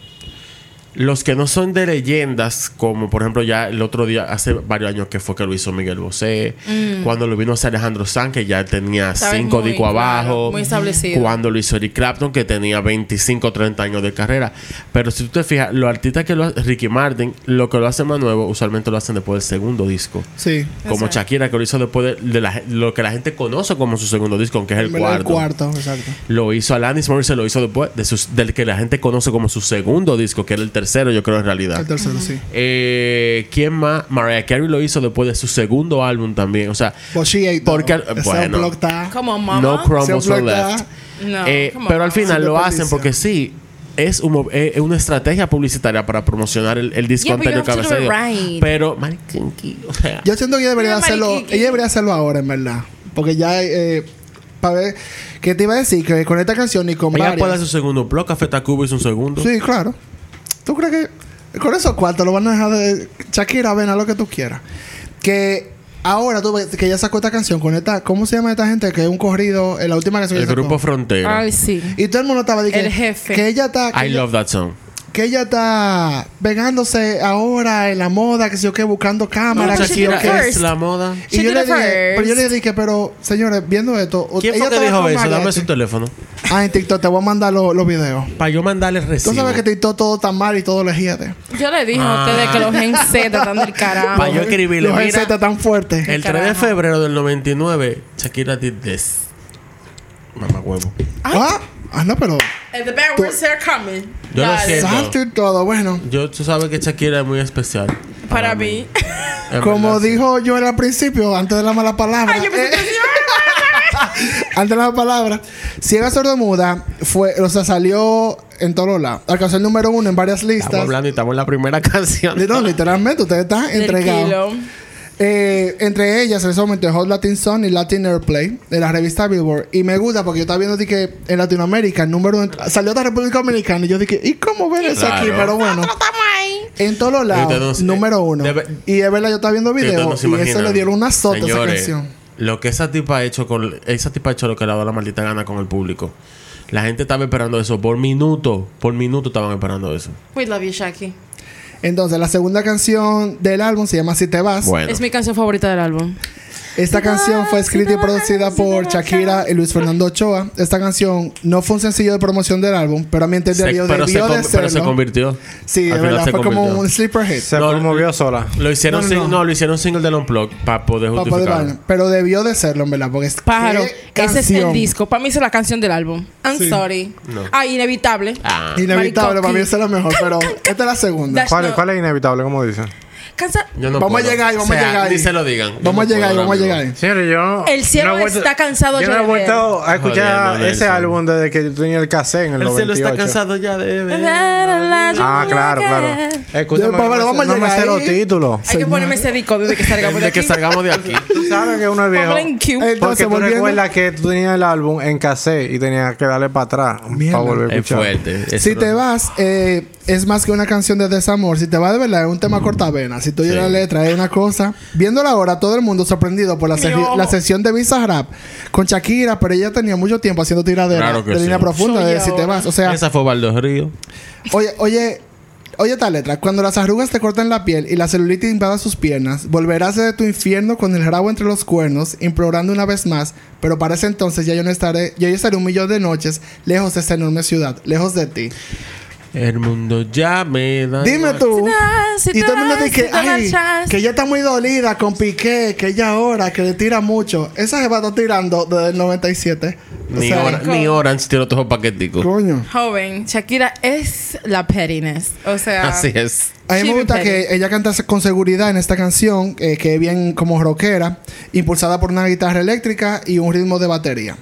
los que no son de leyendas, como por ejemplo ya el otro día, hace varios años que fue que lo hizo Miguel Bosé, cuando lo vino a hacer Alejandro Sanz, que ya tenía
Sabes,
cinco
Mm. muy,
discos
claro,
abajo,
muy establecido.
cuando lo hizo Eric Clapton, que tenía 25, 30 años de carrera. Pero si tú te fijas, los artistas que lo ha- Ricky Martin, lo que lo hacen más nuevo, usualmente lo hacen después del segundo disco.
Sí.
Como
right.
Shakira, que lo hizo después de, de la- lo que la gente conoce como su segundo disco, aunque es el
En verdad,
cuarto.
El cuarto, exacto.
Lo hizo Alanis Morissette, lo hizo después de sus- del que la gente conoce como su segundo disco, que era el tercero, yo creo, en realidad.
El tercero, sí.
Eh, ¿Quién más? Mariah Carey lo hizo después de su segundo álbum también. O sea,
But she ate,
Porque-
though. Ese
bueno.
Unplugged está-
Come on, mama.
no crumbs
Se
were
bloquea.
left.
No,
Eh,
come on,
pero al
mama.
final
Sin
lo hacen
desperdicio.
porque sí. Es un mov- eh, es una estrategia publicitaria para promocionar el, el disco
Yeah, but you
anterior que
have
había
to do it
salido.
right.
Pero, mariquinqui, o sea,
Yo siento que ella debería
Mira,
hacerlo.
Mariquiqui.
Ella debería hacerlo ahora, en verdad. Porque ya eh, para ver qué te iba a decir que con esta canción y con
ella
varias.
puede hacer su segundo blog, Café Tacuba hizo un segundo.
Sí, claro. ¿Tú crees que con esos cuartos lo van a dejar de Shakira, ven a lo que tú quieras? Que ahora tú ves que ella sacó esta canción con esta, ¿cómo se llama esta gente que es un corrido en la última canción? que
El
sacó?
grupo Frontera.
Ay, sí.
Y todo el mundo estaba diciendo
El jefe.
que ella está que
I
ella-
love that song.
que ella está pegándose ahora en la moda, que si yo qué, buscando cámaras,
No,
que si yo
Shakira
qué.
first.
es la moda.
Y
She
yo
did
le
it
dije,
first.
pero yo le dije, pero señores, viendo esto, o-
¿Quién fue que
estaba
dijo
con
eso? Dame
mariachi.
su teléfono.
Ah, en TikTok te voy a mandar los los videos.
Para yo mandarle
Tú
recibo.
sabes que TikTok todo está mal y todo legíate.
Yo le dije
Ah.
a ustedes que los Gen Z están del
Pa'
carajo.
Ah, yo escribirle,
Los
mira, Eh,
está tan fuerte.
el 3 de
Carajo.
febrero del 99, Shakira did this. Mamá huevo.
Ah, ah, no, pero
And the backwards are coming.
Yo lo
Dale.
siento.
salto y todo. Bueno,
Yo, tú sabes que Shakira es muy especial.
Para mí.
Es
como
verdad.
dijo yo al principio, antes de la mala palabra.
Ay, yo pensé que
eh,
decía,
Antes de la palabra, Ciega Sordomuda fue, o sea, salió en todos lados. Alcanzó el número uno en varias
Estamos
listas.
hablando y estamos en la primera canción.
No, literalmente, ustedes están
"Ay,
entregados.
tranquilo".
Eh, entre ellas, en ese momento, Hot Latin Song y Latin Airplay de la revista Billboard. Y me gusta porque yo estaba viendo di que en Latinoamérica el número uno- salió de la República Dominicana. Y yo dije, ¿y cómo ven eso aquí? Pero
Claro.
bueno. En todos los lados,
Ustedes no se-
número uno.
debe-
y es verdad, yo estaba viendo
Ustedes no
videos
se
y eso
imaginan.
le dieron una sota a esa
Señores,
canción.
Lo que esa tipa ha hecho con esa tipa ha hecho lo que le ha dado la maldita gana con el público. La gente estaba esperando eso por minuto, por minuto estaban esperando eso.
We love you, Shaki.
Entonces, la segunda canción del álbum se llama Si Te Vas.
Bueno,
Es mi canción favorita del álbum.
Esta canción fue escrita y producida por Shakira y Luis Fernando Ochoa. Esta canción no fue un sencillo de promoción del álbum, pero a mi
se-
entender debió,
pero, se,
debió
con-
de
pero se
serlo.
convirtió.
Sí,
Al
es
final
verdad,
se
fue como
convirtió.
un sleeper hit.
Se
No,
promovió sola.
Lo hicieron
No, no,
sin-
no.
no, lo hicieron single del unplug para poder
Papá de
justificarlo.
Baile. Pero debió de serlo, en verdad, porque es
Pájaro.
qué
Ese es el
canción.
disco. Para mí esa es la canción del álbum. I'm
Sí.
sorry.
No.
Ah, inevitable.
Ah,
Inevitable,
Maricón,
para mí
sí.
esa es la mejor, pero esta es la segunda.
Dash-
¿Cuál,
no.
cuál es inevitable, como dicen?
Cansa-
yo no
Vamos a
puedo.
llegar ahí, vamos a
O sea,
llegar ahí.
Ni se lo digan. Yo no
Vamos a llegar ahí,
puedo,
vamos a
amigo.
llegar ahí.
Señores, yo.
El cielo
he vuelto-
está cansado
yo
ya
no he
de
vuelto a escuchar
Jodiendo,
ese
Nelson.
álbum desde que yo tenía el cassette en el
El
98.
cielo está cansado ya de
Ah, claro, claro. Escúchame,
Yo, Pablo,
no
vamos a
me- no me
llegar
sé
ahí.
los títulos.
Hay que ponerme ese disco desde que salgamos de
Desde
aquí.
que salgamos pues, de aquí.
Tú sabes que uno es viejo.
Pablo en Q.
Eh,
Porque
Entonces,
tú
volviendo-
recuerdas que tú tenías el álbum en cassette y tenías que darle para atrás
Mierda.
para volver a
es
escuchar.
fuerte. eso
Si
no-
te vas, eh, es más que una canción de desamor. Si te vas de verdad, es un tema cortavena. Si tú oyes
Sí.
la letra, es una cosa. Viéndola ahora, todo el mundo sorprendido por la, se-
Mi ojo.
la sesión de Visa Rap con Shakira, pero ella tenía mucho tiempo haciendo tiradera
Claro que
de
sí.
línea profunda
Soy
de Si te
ahora.
vas. O sea,
Esa fue Baldos Río.
oye, oye. Oye esta letra, cuando las arrugas te cortan la piel y la celulitis invada sus piernas, volverás de tu infierno con el rabo entre los cuernos, implorando una vez más, pero para ese entonces ya yo no estaré, ya yo estaré un millón de noches lejos de esta enorme ciudad, lejos de ti.
El mundo ya me da.
Dime tú.
Ah, Si te
Y todo el mundo
vas,
dice
si
que,
te
ay,
marchas".
que ella está muy dolida con Piqué, que ella ahora, que le tira mucho. Esa jeva está tirando desde el 97. O
Ni,
sea,
hora, ni Orange tiró todos los paqueticos.
Coño.
Joven, Shakira es la pettiness. O sea,
Así es.
A mí
She
me
be
gusta
petty.
que ella canta con seguridad en esta canción, eh, que es bien como rockera, impulsada por una guitarra eléctrica y un ritmo de batería.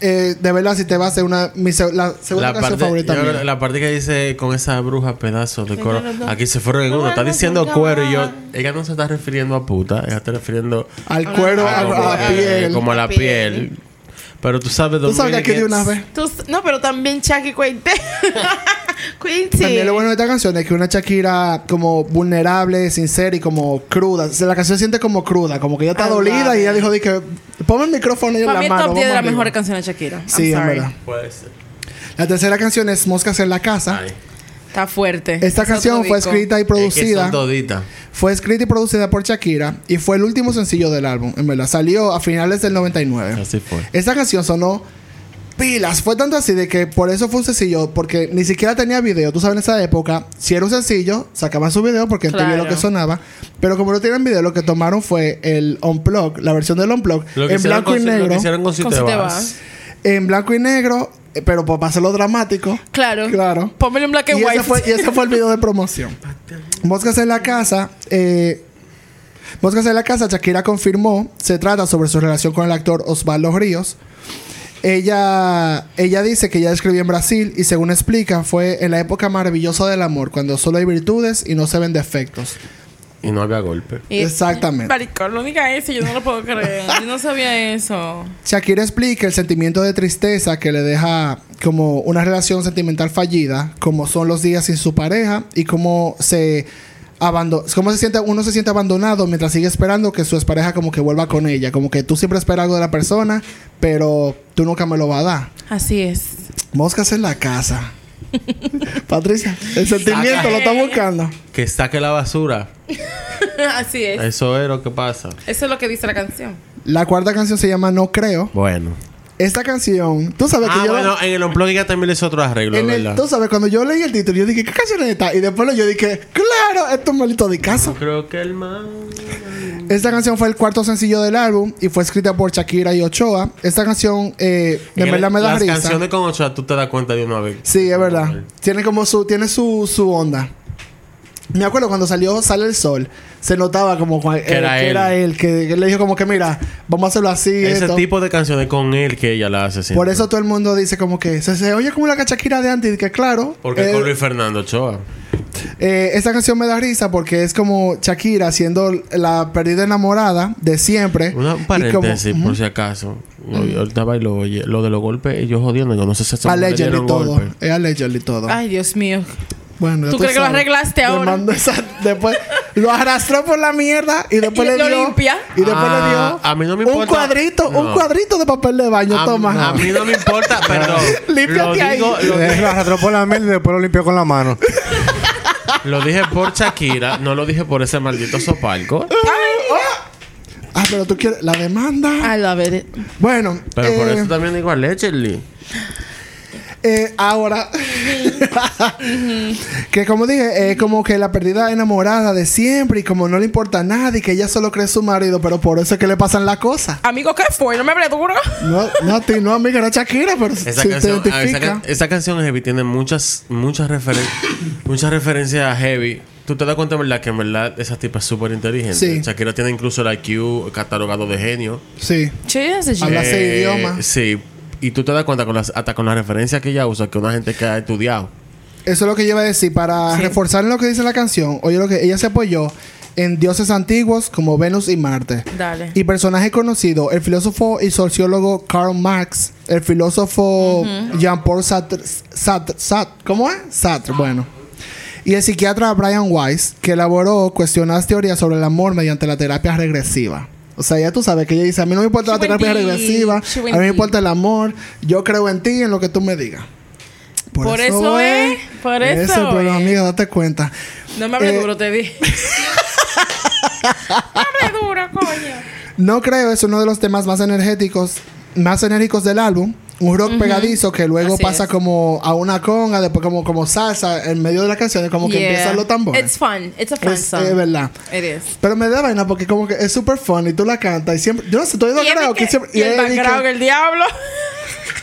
Eh, de verdad, si te vas a hacer una. mi se- la segunda
La
canción
parte,
favorita.
yo-
mía.
la parte que dice con esa bruja pedazo de coro. Aquí se fueron en uno. Está diciendo cuero y yo. Ella no se está refiriendo a puta. Ella está refiriendo
Al cuero, a,
como,
a la
eh,
piel.
como a la piel. Pero tú sabes
Tú sabes que aquí de una vez.
Tú- no, pero también Shaki Quinte. Quinte.
También lo bueno de esta canción es que una Shakira como vulnerable, sincera y como cruda. O sea, la canción se siente como cruda, como que ella está
I love
dolida y ella
it.
dijo, dije, ponme el micrófono ahí en
Para
la
mí el
mano.
top 10 de
vamos
las
arriba".
mejores canciones de Shakira. I'm
Sí, en
sorry.
verdad.
Puede ser.
La tercera canción es Moscas en la casa.
Ay,
Está fuerte.
Esta
Es otro
canción fue
disco.
escrita y
Es que
producida.
son toditas.
fue escrita y producida por Shakira y fue el último sencillo del álbum, en verdad. Salió a finales del 99.
Así fue.
Esta canción sonó pilas. Fue tanto así de que por eso fue un sencillo, porque ni siquiera tenía video. Tú sabes, en esa época, si era un sencillo, sacaban su video porque
Claro.
entendía lo que sonaba. Pero como no tienen video, lo que tomaron fue el Unplug, la versión del Unplug,
Lo que
en
hicieron
blanco y
con- Lo que
negro.
hicieron con Si
Con
te
Si te
vas.
vas.
En blanco y negro, eh, pero para hacerlo dramático.
Claro.
Claro.
Pónmelo en black and
Y
white.
ese, fue, y ese fue el video de promoción. Moscas en la casa. Eh, Moscas en la casa, Shakira confirmó. Se trata sobre su relación con el actor Osvaldo Ríos. Ella, ella dice que ya escribió en Brasil y según explica fue en la época maravillosa del amor, cuando solo hay virtudes y no se ven defectos.
Y no había golpe.
Y-
Exactamente.
Maricón, no diga eso, yo no lo puedo creer. Yo no sabía eso.
Shakira explica el sentimiento de tristeza que le deja como una relación sentimental fallida, como son los días sin su pareja y cómo se abando- cómo se siente uno se siente abandonado mientras sigue esperando que su expareja como que vuelva con ella, como que tú siempre esperas algo de la persona, pero tú nunca me lo vas a dar.
Así es.
Moscas en la casa. Patricia, el sentimiento lo está buscando.
Que saque la basura.
Así es.
Eso es lo que pasa.
Eso es lo que dice la canción.
La cuarta canción se llama No creo.
Bueno.
Esta canción, tú sabes que
Ah,
yo
bueno, en el Unplug ya también le hizo otro arreglo,
En el-
¿verdad?
tú sabes, cuando yo leí el título, yo dije, ¿qué canción es esta? Y después lo- yo dije, claro, esto es un maldito de casa.
Creo que el man.
Esta canción fue el cuarto sencillo del álbum y fue escrita por Shakira y Ochoa. Esta canción, eh, de
En el-
verdad me da
las
risa.
canciones con Ochoa, tú te das cuenta de una vez.
Sí, es verdad. Tiene como su, tiene su, su onda. Me acuerdo cuando salió Sale el Sol, se notaba como cua- eh, que
era
era,
él.
él. que, que le dijo como que mira, vamos a hacerlo así.
Ese
esto".
tipo de canciones con él que ella la hace siempre.
Por eso todo el mundo dice como que se, se oye como la cachaquira de antes, que claro.
Porque
eh,
con Luis Fernando Ochoa.
eh, esta canción me da risa porque es como Shakira siendo la perdida enamorada de siempre.
Una,
Y
un paréntesis,
como, Mm.
por si acaso. Lo- Ahorita va y lo oye. Lo de los golpes, y yo jodiendo, yo no sé si
ujú,
se
a Legend y todo.
golpes.
Es a Legend y todo.
Ay, Dios mío.
Bueno, ya
¿Tú crees que lo
sabes.
arreglaste
Le
ahora?
mandó esa- después lo arrastró por la mierda y después
Y
le
lo
dio.
limpia.
Y después le
Ah,
dio.
a mí no me
Un
importa.
cuadrito,
No.
un cuadrito de papel de baño.
A,
toma.
a mí no me importa, perdón. lo,
Límpiate ahí.
digo, lo,
Eh, Lo arrastró por la mierda y después lo limpió con la mano.
lo dije por Shakira, no lo dije por ese maldito sopalco.
Ah, pero tú quieres. La demanda.
I love it.
Bueno.
Pero por
eh,
eso también digo a Lecherly.
eh, ahora. que como dije, es como que la perdida enamorada de siempre y como no le importa a nadie, que ella solo cree su marido, pero por eso es que le pasan las cosas.
Amigo, ¿qué fue? No me hablé duro.
No, no a ti, no amiga, era Shakira, pero
Esa
si
canción,
te
ah, esa,
identifica.
ca- esa canción heavy tiene muchas, muchas referencias, muchas referencias a heavy. Tú te das cuenta, ¿verdad? Que en verdad esa tipa es súper inteligente.
Sí.
Shakira tiene incluso el IQ catalogado de genio. Eh,
Sí.
Cheers, cheers.
Habla ese idioma.
Sí. Y tú te das cuenta con las, hasta con las referencias que ella usa, que una gente que ha estudiado.
Eso es lo que yo iba a decir. Para reforzar lo que dice la canción, oye lo que ella se apoyó en dioses antiguos como Venus y Marte.
Dale.
Y personajes conocidos, el filósofo y sociólogo Karl Marx, el filósofo Jean-Paul Sartre, Sartre- Sartre- ¿cómo es? Sartre, bueno. Y el psiquiatra Brian Weiss, que elaboró cuestionadas teorías sobre el amor mediante la terapia regresiva. O sea, ya tú sabes que ella dice, a mí no me importa la
She went
terapia
deep.
regresiva,
She
a
went
mí me
deep.
importa el amor, yo creo en ti, en lo que tú me digas.
Por eso es, por
Ese
eso
es el problema,
es.
amiga, date cuenta.
No me hablé
Eh,
duro, te dije. No me hablé duro, coño.
No creo es uno de los temas más energéticos, más enérgicos del álbum. Un rock pegadizo que luego
Así
pasa
es.
como a una conga, después como, como salsa, en medio de la canción, como que
Yeah.
empiezan los
It's
tambores.
fun. It's a fun
Es-
song.
es verdad.
It is.
Pero me da vaina porque como que es super fun y tú la cantas y siempre... Yo no sé, tú
Y,
digo
es de
creo
que-
que siempre...
y el
es de que-
background, el diablo.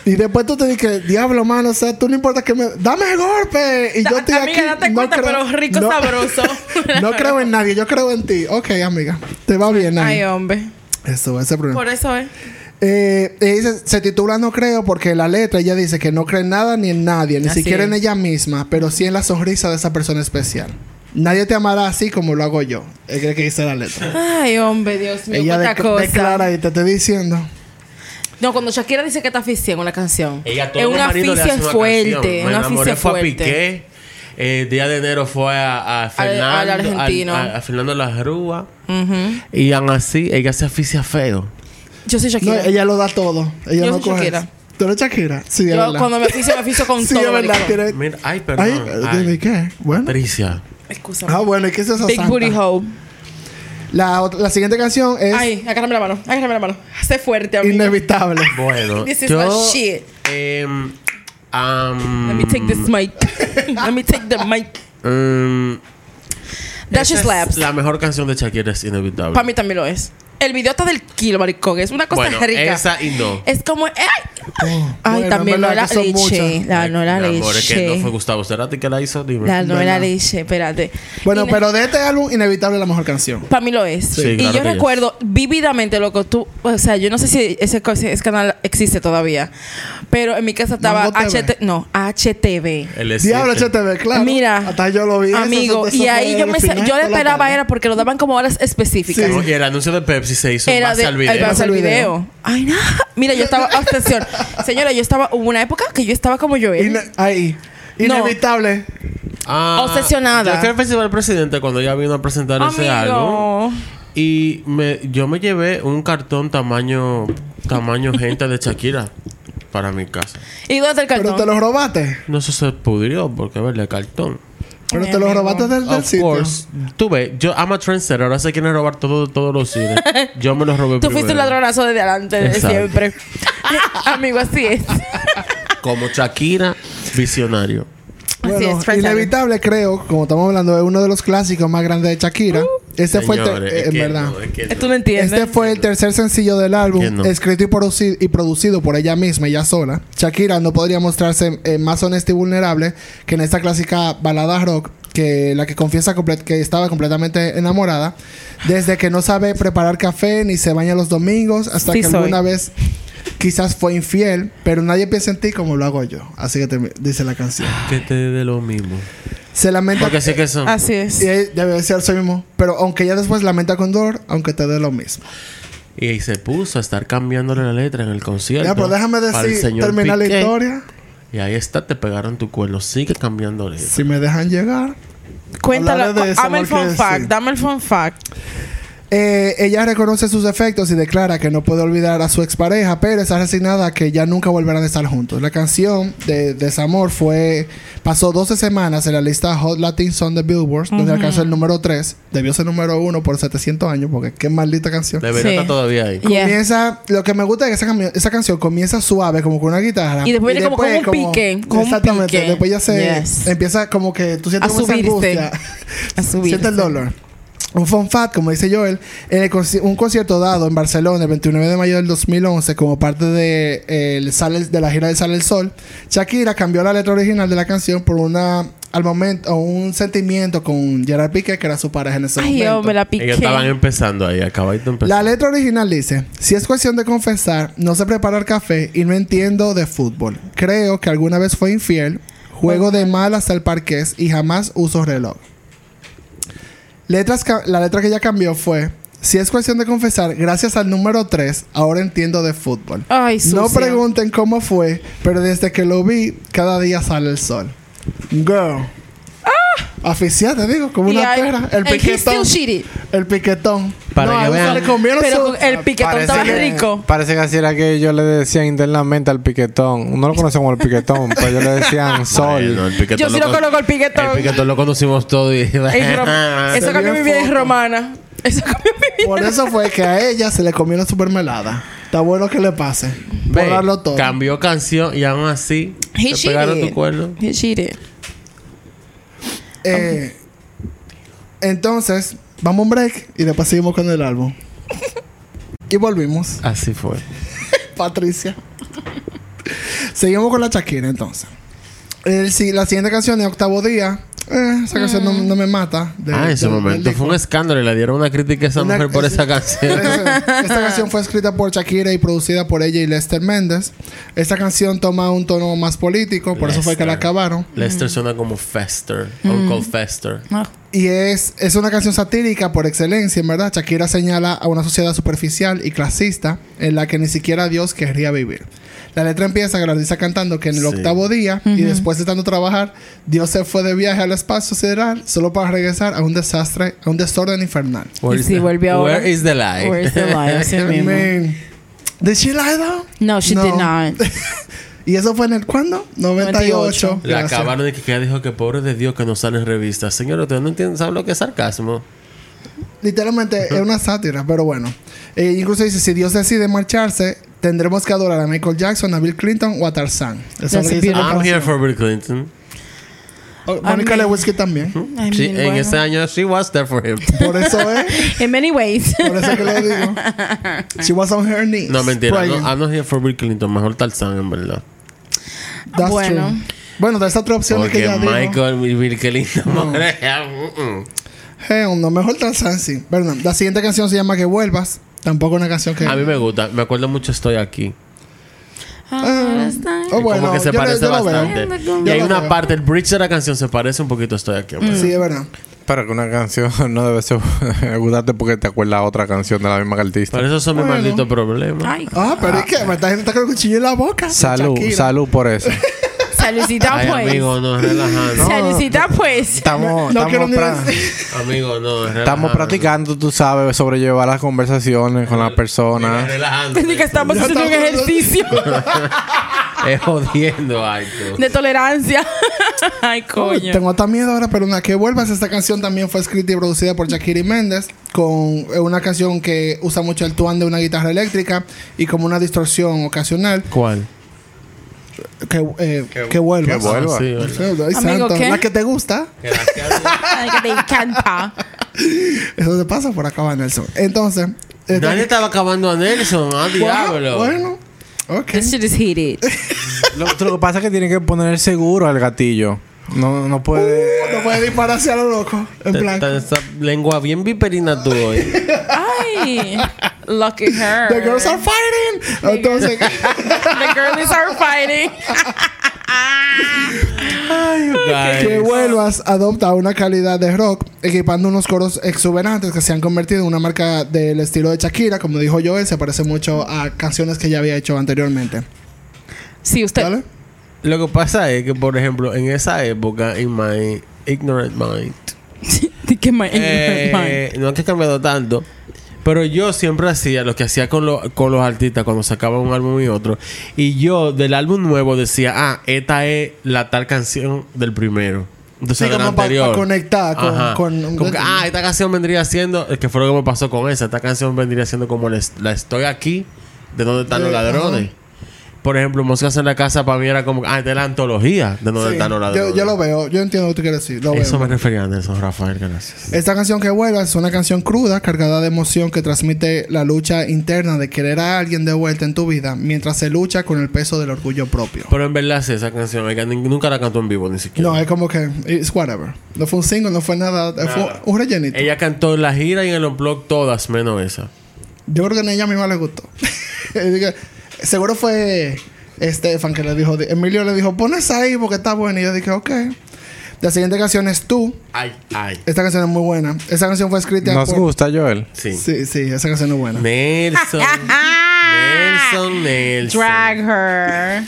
y después tú te dices, diablo, mano, o sea, tú no importa que me... ¡Dame el golpe! Y
Da-
yo estoy
amiga,
aquí...
date cuenta, pero rico sabroso.
no creo en nadie, yo creo en ti. Ok, amiga, te va bien ahí.
Ay, hombre.
Eso, ese problema.
Por eso es.
Eh, ella dice- se titula No creo porque la letra ella dice que no cree en nada ni en nadie, ni
Así
siquiera
es.
en ella misma, pero sí en la sonrisa de esa persona especial. Nadie te amará así como lo hago yo. Es que que dice la letra.
Ay, hombre, Dios mío,
ella
cuánta
dec-
cosa.
declara y te estoy diciendo.
No, cuando Shakira dice que está asfixia en una canción.
Ella todo
es un
el marido le
asfixia
hace una
fuerte.
canción.
Un
Me enamoré,
asfixia
fue a
fuerte.
Piqué. El día de enero fue a, a
al
Fernando. al-
argentino.
a, a Fernando Las Rúas. Y aún así, ella se asfixia feo.
Yo soy
No,
Shakira.
ella lo da todo. Ella
Yo
no
soy
coge.
Shakira.
¿Tú eres Shakira? Sí, es
Yo
verdad.
cuando me asfixio, me asfixio con
sí,
todo.
es verdad.
maricón.
tiene-
Mira, ay, perdón.
Eh, Ay, ¿de qué? Bueno.
Patricia.
Excúsame.
Ah, bueno, ¿y qué es esa
Big
santa?
Booty Hole.
La, ot- la siguiente canción es
Ay, agárrame la mano. Agárrame la mano. Sé fuerte, amigo.
Inevitable.
Bueno,
This is
yo,
my shit.
em, am,
Let me take this mic. Let me take the mic.
em,
That
esa
just
es
slaps.
La mejor canción de Shakira es inevitable.
Para mí también lo es. El video está del kilo, maricón. Es una cosa
Bueno,
rica.
esa y no.
Es como. ¡Ay! Ay,
Oh, bueno,
también
en
no
verdad
la
que son
leche.
muchas.
La no la
Mi
leche.
amor, es que no fue Gustavo Cerati que la hizo, dime.
La no la
Verdad.
leche. Espérate.
Pues Bueno,
Y-
pero de este álbum, Inevitable es la mejor canción.
Para mí lo es.
Sí,
y
claro
yo
que es.
recuerdo vívidamente, loco, tú, o sea, yo no sé si ese, co- si ese canal existe todavía, pero en mi casa estaba
Mango TV.
HT, no, HTV.
El S7.
Diablo HTV, claro.
Mira,
Hasta yo lo vi. Eso-
amigo,
eso
y
fue
ahí yo
el
me sa-
final
yo le
de la
esperaba
tarde.
era porque lo daban como horas específicas.
Sí.
Y el anuncio de Pepsi se hizo en
Era
base
de
al video.
al base al video. Ay, no. Mira, yo estaba obsesión. Señora, yo estaba hubo una época que yo estaba como yo ¿eh? él.
Ine- ahí.
No.
Inevitable.
Ah,
Obsesionada.
Yo fui al Festival Presidente cuando ella vino a presentar ese álbum.
Amigo.
Y me, yo me llevé un cartón tamaño tamaño gente de Shakira para mi casa.
¿Y dónde está el
Pero te
cartón?
lo robaste.
No eso se pudrió porque verle cartón.
Pero
Mi
te lo
amigo.
robaste del, del
Of
sitio.
course. Tú ves, yo amo a trendsetter. Ahora sé quién es robar todo, todos los cines. Yo me los robé
Tú fuiste un
primero.
ladronazo desde adelante, de
Exacto.
siempre. Amigo, así es.
Como Shakira, visionario.
Así
Bueno,
es, Fred Savage. Uh.
Inevitable, creo, como estamos hablando, es uno de los clásicos más grandes de Shakira. Este fue, el ter-
Señores,
eh,
es
en
que
verdad.
no, es que
Eh,
no.
Tú no entiendes.
Este fue el tercer sencillo del álbum,
Entiendo.
escrito y producido, y producido por ella misma, ella sola. Shakira no podría mostrarse eh, más honesta y vulnerable que en esta clásica balada rock, que la que confiesa comple- que estaba completamente enamorada, desde que no sabe preparar café ni se baña los domingos, hasta
Sí
que
soy.
alguna vez quizás fue infiel, pero nadie piensa en ti como lo hago yo. Así que te- dice la canción.
Que te dé lo mismo.
Se lamenta.
Porque sé que son.
Ah,
Así es.
Y ella debe ser eso mismo, pero aunque ya después lamenta con dolor, aunque te dé lo mismo.
Y ahí se puso a estar cambiándole la letra en el concierto.
Ya, pero déjame
para el
decir,
señor
terminar la
Piqué.
historia.
Y ahí está, te pegaron tu cuerno. Sigue cambiando letra.
Si me dejan llegar.
Cuéntalo. Ah,
hablaré de eso,
Dame el
amor, que
fun fact.
sí.
Dame el fun fact.
Eh, ella reconoce sus defectos y declara que no puede olvidar a su expareja, pero está resignada a que ya nunca volverán a estar juntos. La canción de Desamor fue pasó 12 semanas en la lista Hot Latin Song de Billboard, donde alcanzó el número 3. Debió ser número 1 por 700 años, porque qué maldita canción.
La verdad
Sí.
está todavía ahí.
Yeah.
Comienza, lo que me gusta es que esa, cami- esa canción comienza suave, como con una guitarra.
Y después viene como con un pique, con un
exactamente.
pique.
Después ya se
Yes.
empieza como que tú sientes
A
como esa
subirse.
angustia.
A subir.
Siente el dolor. Un fun fact, como dice Joel, en el conci- un concierto dado en Barcelona el 29 de mayo del 2011 como parte de, eh, el Sale- de la gira del Sale el Sol, Shakira cambió la letra original de la canción por una al momento o un sentimiento con Gerard Piqué que era su pareja en ese
Ay,
momento.
yo me la piqué.
Ellos estaban empezando ahí, acabáis de empezar.
La letra original dice, si es cuestión de confesar, no sé preparar café y no entiendo de fútbol. Creo que alguna vez fue infiel, juego de mal hasta el parqués y jamás uso reloj. Letras ca- la letra que ella cambió fue, si es cuestión de confesar, gracias al número 3, ahora entiendo de fútbol.
Ay, sucio.
No pregunten cómo fue, pero desde que lo vi, cada día sale el sol. Girl. Aficiada, te digo, como
Ah. Y
una
ahí-
perra. El
and he
piquetón.
still shitty.
El piquetón.
Para
no,
que
a
vean.
Uso le comieron
Pero
su-
con el piquetón
parece
estaba
que-
rico.
Parece que así era que yo le decía internamente al piquetón. No lo conocemos como el piquetón, pero yo le decían sol.
Bueno, el piquetón
Yo sí lo
con-
conozco el piquetón.
El piquetón lo conocimos todo y...
Ey, rom-
Se
Eso cambió
vio
mi vida es
foto.
romana. Eso cambió mi vida.
Por eso fue que a ella se le comió una supermelada. Está bueno que le pase.
Ve,
Por darlo todo.
Cambió canción y aún así
He
te pegaron
cheated.
tu cuerno.
He cheated.
Eh, Entonces, vamos a un break y después seguimos con el álbum. y volvimos.
Así fue.
Patricia. seguimos con la Shakira entonces. El si- la siguiente canción es Octavo Día. Eh, esa canción
Mm.
no, no me mata. de-
ah, en su
del- del
momento fue
disco.
un escándalo y le dieron una crítica a esa
Una-
mujer por esa canción.
Esta canción fue escrita por Shakira y producida por ella y Lester Méndez. Esta canción toma un tono más político, por eso fue que la
Lester.
acabaron.
Lester suena como Fester,
Mm.
Uncle Fester.
Y es, es una canción satírica por excelencia, en verdad. Shakira señala a una sociedad superficial y clasista en la que ni siquiera Dios querría vivir. La letra empieza que la dice cantando que en el
Sí.
octavo día y después de tanto trabajar, Dios se fue de viaje al espacio sideral solo para regresar a un desastre, a un desorden infernal.
Where
Y
is
si
the-
volvió ahora.
Where is the lie?
Where is the lie? Así mismo.
Man. Did she lie though?
No, she
No.
did not.
¿Y eso fue en el cuándo? 98.
98.
La
Gracias.
acabaron de que ella dijo que pobre de Dios que no sale en revistas. Señor, usted no entiende, ¿sabe lo que es sarcasmo?
Literalmente es una sátira, pero bueno. Eh, incluso dice, si Dios decide marcharse, tendremos que adorar a Michael Jackson, a Bill Clinton o a Tarzán. Eso es
That's
lo que dice
beautiful.
la
I'm
canción.
here for Bill Clinton.
Oh, Mónica
I'm-
Lewinsky también.
Ay,
She-
mi
En
bueno.
ese año, she was there for him.
Por eso es,
In many ways.
por eso es que lo digo. She was on her knees.
No, ah. mentira.
praying.
No, I'm not here for Bill Clinton. Mejor Tarzán, en verdad.
That's
Bueno.
true. Bueno, de esas tres opciones que
Porque
ella dijo.
Michael y Bill Clinton... mm, mm.
Hell no, mejor Tarzán sí. Bueno, la siguiente canción se llama Que Vuelvas. Tampoco una canción que...
A mí me gusta. Me acuerdo mucho Estoy Aquí.
Ah, está.
Oh, bueno,
como que se
yo lo-
parece
yo lo veo.
bastante.
Yo
Y hay
lo
una
veo. Mm.
parte, el bridge de la canción se parece un poquito a Estoy Aquí. en verdad.
Sí, es verdad.
Para que una canción no debe ser gustarte porque te acuerdas otra canción de la misma que artista.
Por eso son mis
Bueno.
malditos problemas.
Ay,
Ah, pero es que me está gente está con el cuchillo en la boca.
Salud,
Shakira.
salud por eso.
saludita
Ay,
pues.
amigo, no, relajando.
Saludita pues.
Estamos,
No quiero
estamos,
ni
pra-
decir.
Amigo, no, relajando.
estamos practicando, tú sabes, sobrellevar las conversaciones con las personas.
Relajando.
Desde que estamos
Ya
haciendo un
estamos-
ejercicio
Es jodiendo, ay, tú.
de tolerancia. Ay, coño.
Tengo hasta miedo ahora, pero una que vuelvas. Esta canción también fue escrita y producida por Shakira y Méndez, con eh, una canción que usa mucho el tuan de una guitarra eléctrica y como una distorsión ocasional.
¿Cuál?
Que, eh, que vuelvas.
que vuelvas.
Sí,
Ay, santo.
Amigo, ¿qué?
La que te gusta.
Gracias.
Ay, que te encanta.
Eso te pasa por acabar, Nelson. Entonces, esta-
Nadie estaba acabando a Nelson, ah, diablo.
Este- Bueno, ok.
This shit is heated.
Lo, lo que pasa es que tiene que poner seguro al gatillo. No, no puede.
No puede dispararse a lo loco. En
Te-
plan.
te- Esa lengua bien viperina tú hoy.
Ay, lucky her.
The girls are fighting. Entonces,
The girls are fighting.
que
Guys.
vuelvas adopta una calidad de rock equipando unos coros exuberantes que se han convertido en una marca del estilo de Shakira. Como dijo Joel, se parece mucho a canciones que ya había hecho anteriormente.
Sí, usted.
¿Vale?
Lo que pasa es que, por ejemplo, en esa época, in my ignorant mind,
Di que my ignorant mind.
eh, no es que ha cambiado tanto. Pero yo siempre hacía lo que hacía con, lo- con los artistas cuando sacaba un álbum y otro. Y yo del álbum nuevo decía, ah, esta es la tal canción del primero. Entonces,
Sí,
del
como pa-
anterior.
pa conectar con-
Ajá.
con-
Como que, ah, esta canción vendría siendo, es que fue lo que me pasó con esa, esta canción vendría siendo como la, es- la estoy aquí, de donde están los
Eh,
ladrones. Por ejemplo, Moscas en la casa para mí era como, ah, esta es la antología de donde
Sí.
están los ladrones.
Yo, yo lo veo, yo entiendo lo que tú quieres decir. Lo
Eso
veo.
me refería a Nelson Rafael, gracias.
Esta canción que vuelvas es una canción cruda, cargada de emoción que transmite la lucha interna de querer a alguien de vuelta en tu vida mientras se lucha con el peso del orgullo propio.
Pero en verdad sí, esa canción, ella ni- nunca la cantó en vivo ni siquiera.
No, es como que, it's whatever. No fue un single, no fue nada,
Nada.
fue un rellenito.
Ella cantó en la gira y en el blog todas, menos esa.
Yo creo que ni a ella misma le gustó. Digo, Seguro fue Estefan que le dijo, Emilio le dijo, pones ahí porque está buena. Y yo dije, ok. La siguiente canción es Tú.
Ay, ay.
Esta canción es muy buena. Esta canción fue escrita
Nos gusta, Joel.
Sí.
Sí, sí, esa canción es buena.
Nelson. Nelson, Nelson.
Drag her.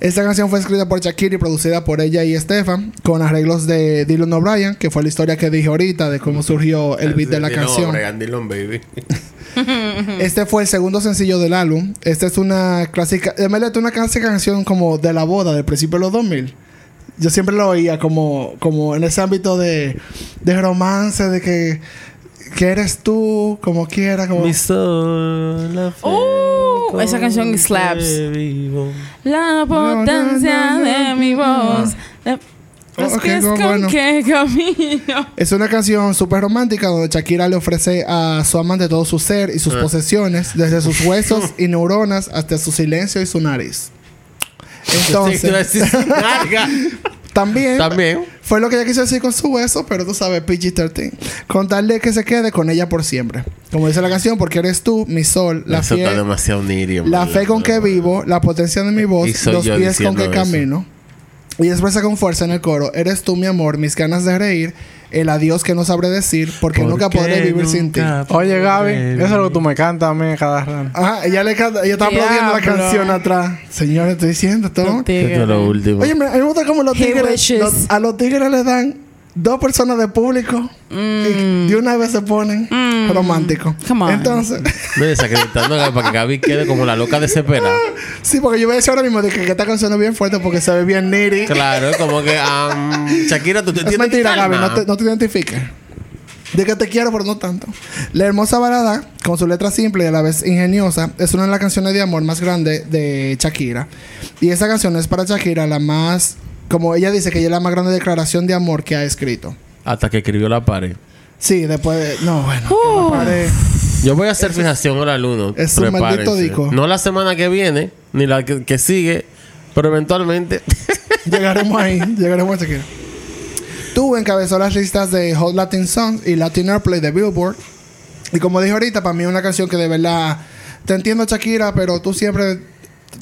Esta canción fue escrita por Shakira y producida por ella y Estefan, con arreglos de Dylan O'Brien, que fue la historia que dije ahorita de cómo surgió el beat de la
Dylan
canción.
O'Brien, Dylan Baby.
Este fue el segundo sencillo del álbum. Esta es una clásica, en verdad, esta es una clásica canción como de la boda del principio de los 2000. Yo siempre lo oía como, como en ese ámbito de, de romance, de que, que eres tú, como quieras, como...
Mi sol, la fe
Uh,
Oh,
con
esa canción
que
slaps.
vivo.
La potencia
No, no, no,
de
no. Ah.
mi voz. Eh, Los
Ok,
pies
no,
con
bueno.
que camino.
Es una canción súper romántica donde Shakira le ofrece a su amante todo su ser y sus
Ah.
posesiones, desde sus huesos y neuronas hasta su silencio y su nariz.
Sí, te iba a
Entonces,
decir, larga.
también,
También.
fue lo que ella quiso decir con su hueso, pero tú sabes, PG-13. Contarle que se quede con ella por siempre. Como dice la canción, porque eres tú, mi sol, la
Eso está
fiel
demasiado nirio.
la
man.
fe con que vivo, la potencia de mi voz,
Y soy
los
yo
pies con
diciendo
que
eso.
camino. Y expresa con fuerza en el coro, eres tú mi amor, mis ganas de reír, el adiós que no sabré decir, porque nunca podré vivir sin ti.
nunca
Oye, Gaby,
podré
eso es lo que tú me cantas a mí cada rato.
Ajá, ella le canta, ella está aplaudiendo la
Diablo.
canción atrás. Señores, estoy diciendo todo.
vivir? Esto es lo último.
Oye, mira, a mí me gusta como los
He
tigres,
wishes.
los- a los tigres le dan dos personas de público y de una vez se ponen romántico.
Mm. Come on.
Entonces,
Me desacreditando a Gaby para que Gaby quede como la loca desesperada.
sí, porque yo voy a decir ahora mismo de que, que esta canción es bien fuerte porque se ve bien nitty.
Claro, es como que. am, Shakira, tú te
Es
tienes
mentira,
calma.
Gaby, no te, no te identifiques. De que te quiero, pero no tanto. La hermosa balada, con su letra simple y a la vez ingeniosa, es una de las canciones de amor más grandes de Shakira. Y esa canción es para Shakira la más, como ella dice, que ella es la más grande declaración de amor que ha escrito.
Hasta que escribió la pared.
Sí, después de- No, bueno.
Uh.
Pare-
Yo voy a hacer fijación al alumno.
es un maldito
Prepárense.
disco.
No la semana que viene, ni la que, que sigue, pero eventualmente.
Llegaremos ahí, llegaremos a Shakira. Tú encabezó las listas de Hot Latin Songs y Latin Airplay de Billboard. Y como dije ahorita, para mí es una canción que de verdad te entiendo, Shakira, pero tú siempre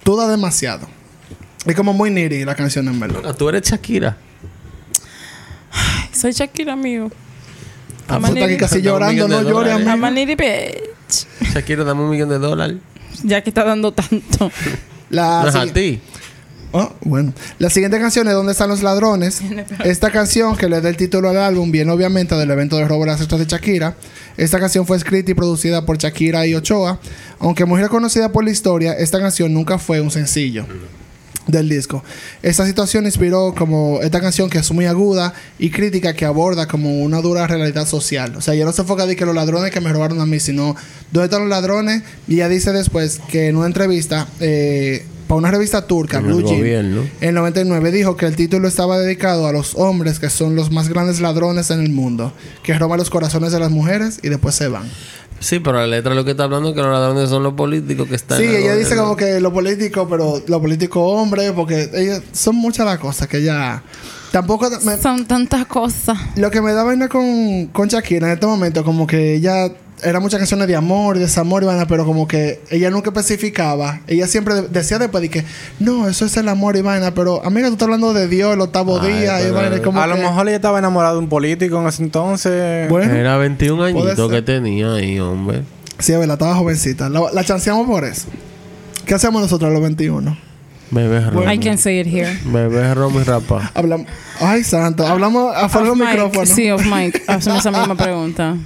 tú das demasiado. Es como muy nitty la canción en verdad.
Ah, tú eres Shakira.
Soy Shakira, amigo.
Ah,
I'm a
tú estás aquí
nitty-
casi llorando, no
Millones de
llores,
dólares.
I'm a
amigo.
nitty bitch.
Shakira, dame un millón de dólares.
Ya que está dando tanto.
La,
no es a
sigui-
ti.
Oh, bueno. La siguiente canción es ¿Dónde están los ladrones? Esta canción que le da el título al álbum viene obviamente del evento de robo de las cestas de Shakira. Esta canción fue escrita y producida por Shakira y Ochoa. Aunque muy reconocida por la historia, esta canción nunca fue un sencillo del disco. Esta situación inspiró como esta canción que es muy aguda y crítica que aborda como una dura realidad social. O sea, ya no se enfoca de que los ladrones que me robaron a mí, sino dónde están los ladrones. Y ella dice después que en una entrevista eh, para una revista turca,
En
Blue
el
Jean,
gobierno.
en 99 dijo que el título estaba dedicado a los hombres que son los más grandes ladrones en el mundo, que roban los corazones de las mujeres y después se van.
Sí, pero la letra lo que está hablando es que los ladrones son los políticos que están.
Sí,
en el
ella dice
gobierno.
como que lo político, pero lo político hombre, porque ella, son muchas las cosas que ella... Tampoco... me-
Son tantas cosas.
lo que me da vaina con, con Shakira en este momento, como que ella... Era muchas canciones de amor, desamor, y vaina, pero como que ella nunca especificaba. Ella siempre de- decía después de que, no, eso es el amor, y vaina, pero amiga, tú estás hablando de Dios, el octavo
Ay,
día, y
pero-
vaina, y como
a lo
que-
mejor ella estaba enamorada de un político en ese entonces.
Bueno,
Era 21
¿eh? Puede
añitos que
ser.
tenía ahí, hombre.
sí, es verdad, estaba jovencita. La, la chanceamos por eso. ¿Qué hacemos nosotros a los 21?
Bebé romo.
I can say it here.
Bebé romo y rapa.
Hablamos... Ay, santo. Hablamos afuera
Off
del
mic.
micrófono.
Sí, off mic. Hacemos esa misma pregunta.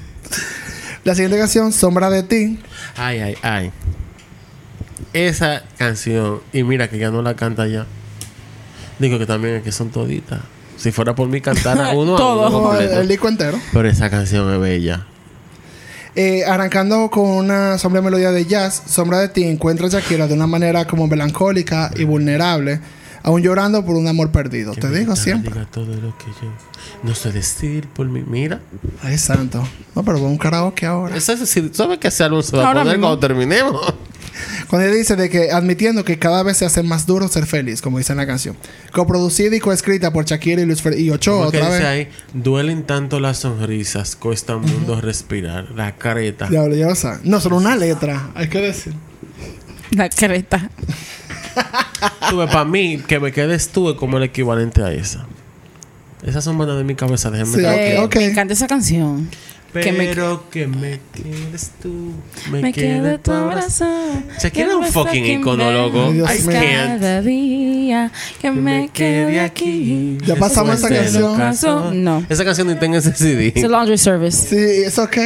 La siguiente canción, Sombra de ti.
Ay, ay, ay. Esa canción, y mira que ya no la canta ya. Digo que también es que son toditas. Si fuera por mí, cantara uno
Todo.
a uno
Oh, el,
completo.
el disco entero.
Pero esa canción es bella.
Eh, arrancando con una sombra melodía de jazz, Sombra de ti encuentra a Shakira de una manera como melancólica y vulnerable, aún llorando por un amor perdido. Te
Que
digo
me
siempre.
diga todo lo que yo no sé decir por mí. Mira,
Ay, santo. No, pero vamos a un karaoke ahora.
eso es decir, ¿sabes qué ese álbum se va
Ahora
a poner
mismo.
cuando terminemos?
Cuando ella dice de que admitiendo que cada vez se hace más duro ser feliz, como dice en la canción. Coproducida y coescrita por Shakira y Luis Fer- y Ochoa
Porque
otra
dice
vez.
ahí, duelen tanto las sonrisas, cuesta un mundo respirar, la careta.
Diablo, ya lo sabes. No, solo una letra. Hay que decir.
La careta.
para mí, que me quedes tú es como el equivalente a esa. Esas son bandas de mi cabeza, déjenme
Sí,
tranquilo.
Eh,
ok.
Me encanta esa canción. Que me-
Pero que me quedes tú, me,
Me
quede
queda tu
tu abrazo.
abrazo.
Shakira es un
Cada
fucking
vez
icono,
que
loco.
Ay, Dios
ves
mío.
Cada día que me quede aquí.
Ya pasamos esa
Suerte,
canción.
locazo.
No.
Esa canción ni tengo ese CD.
It's a laundry service.
Sí, es ok.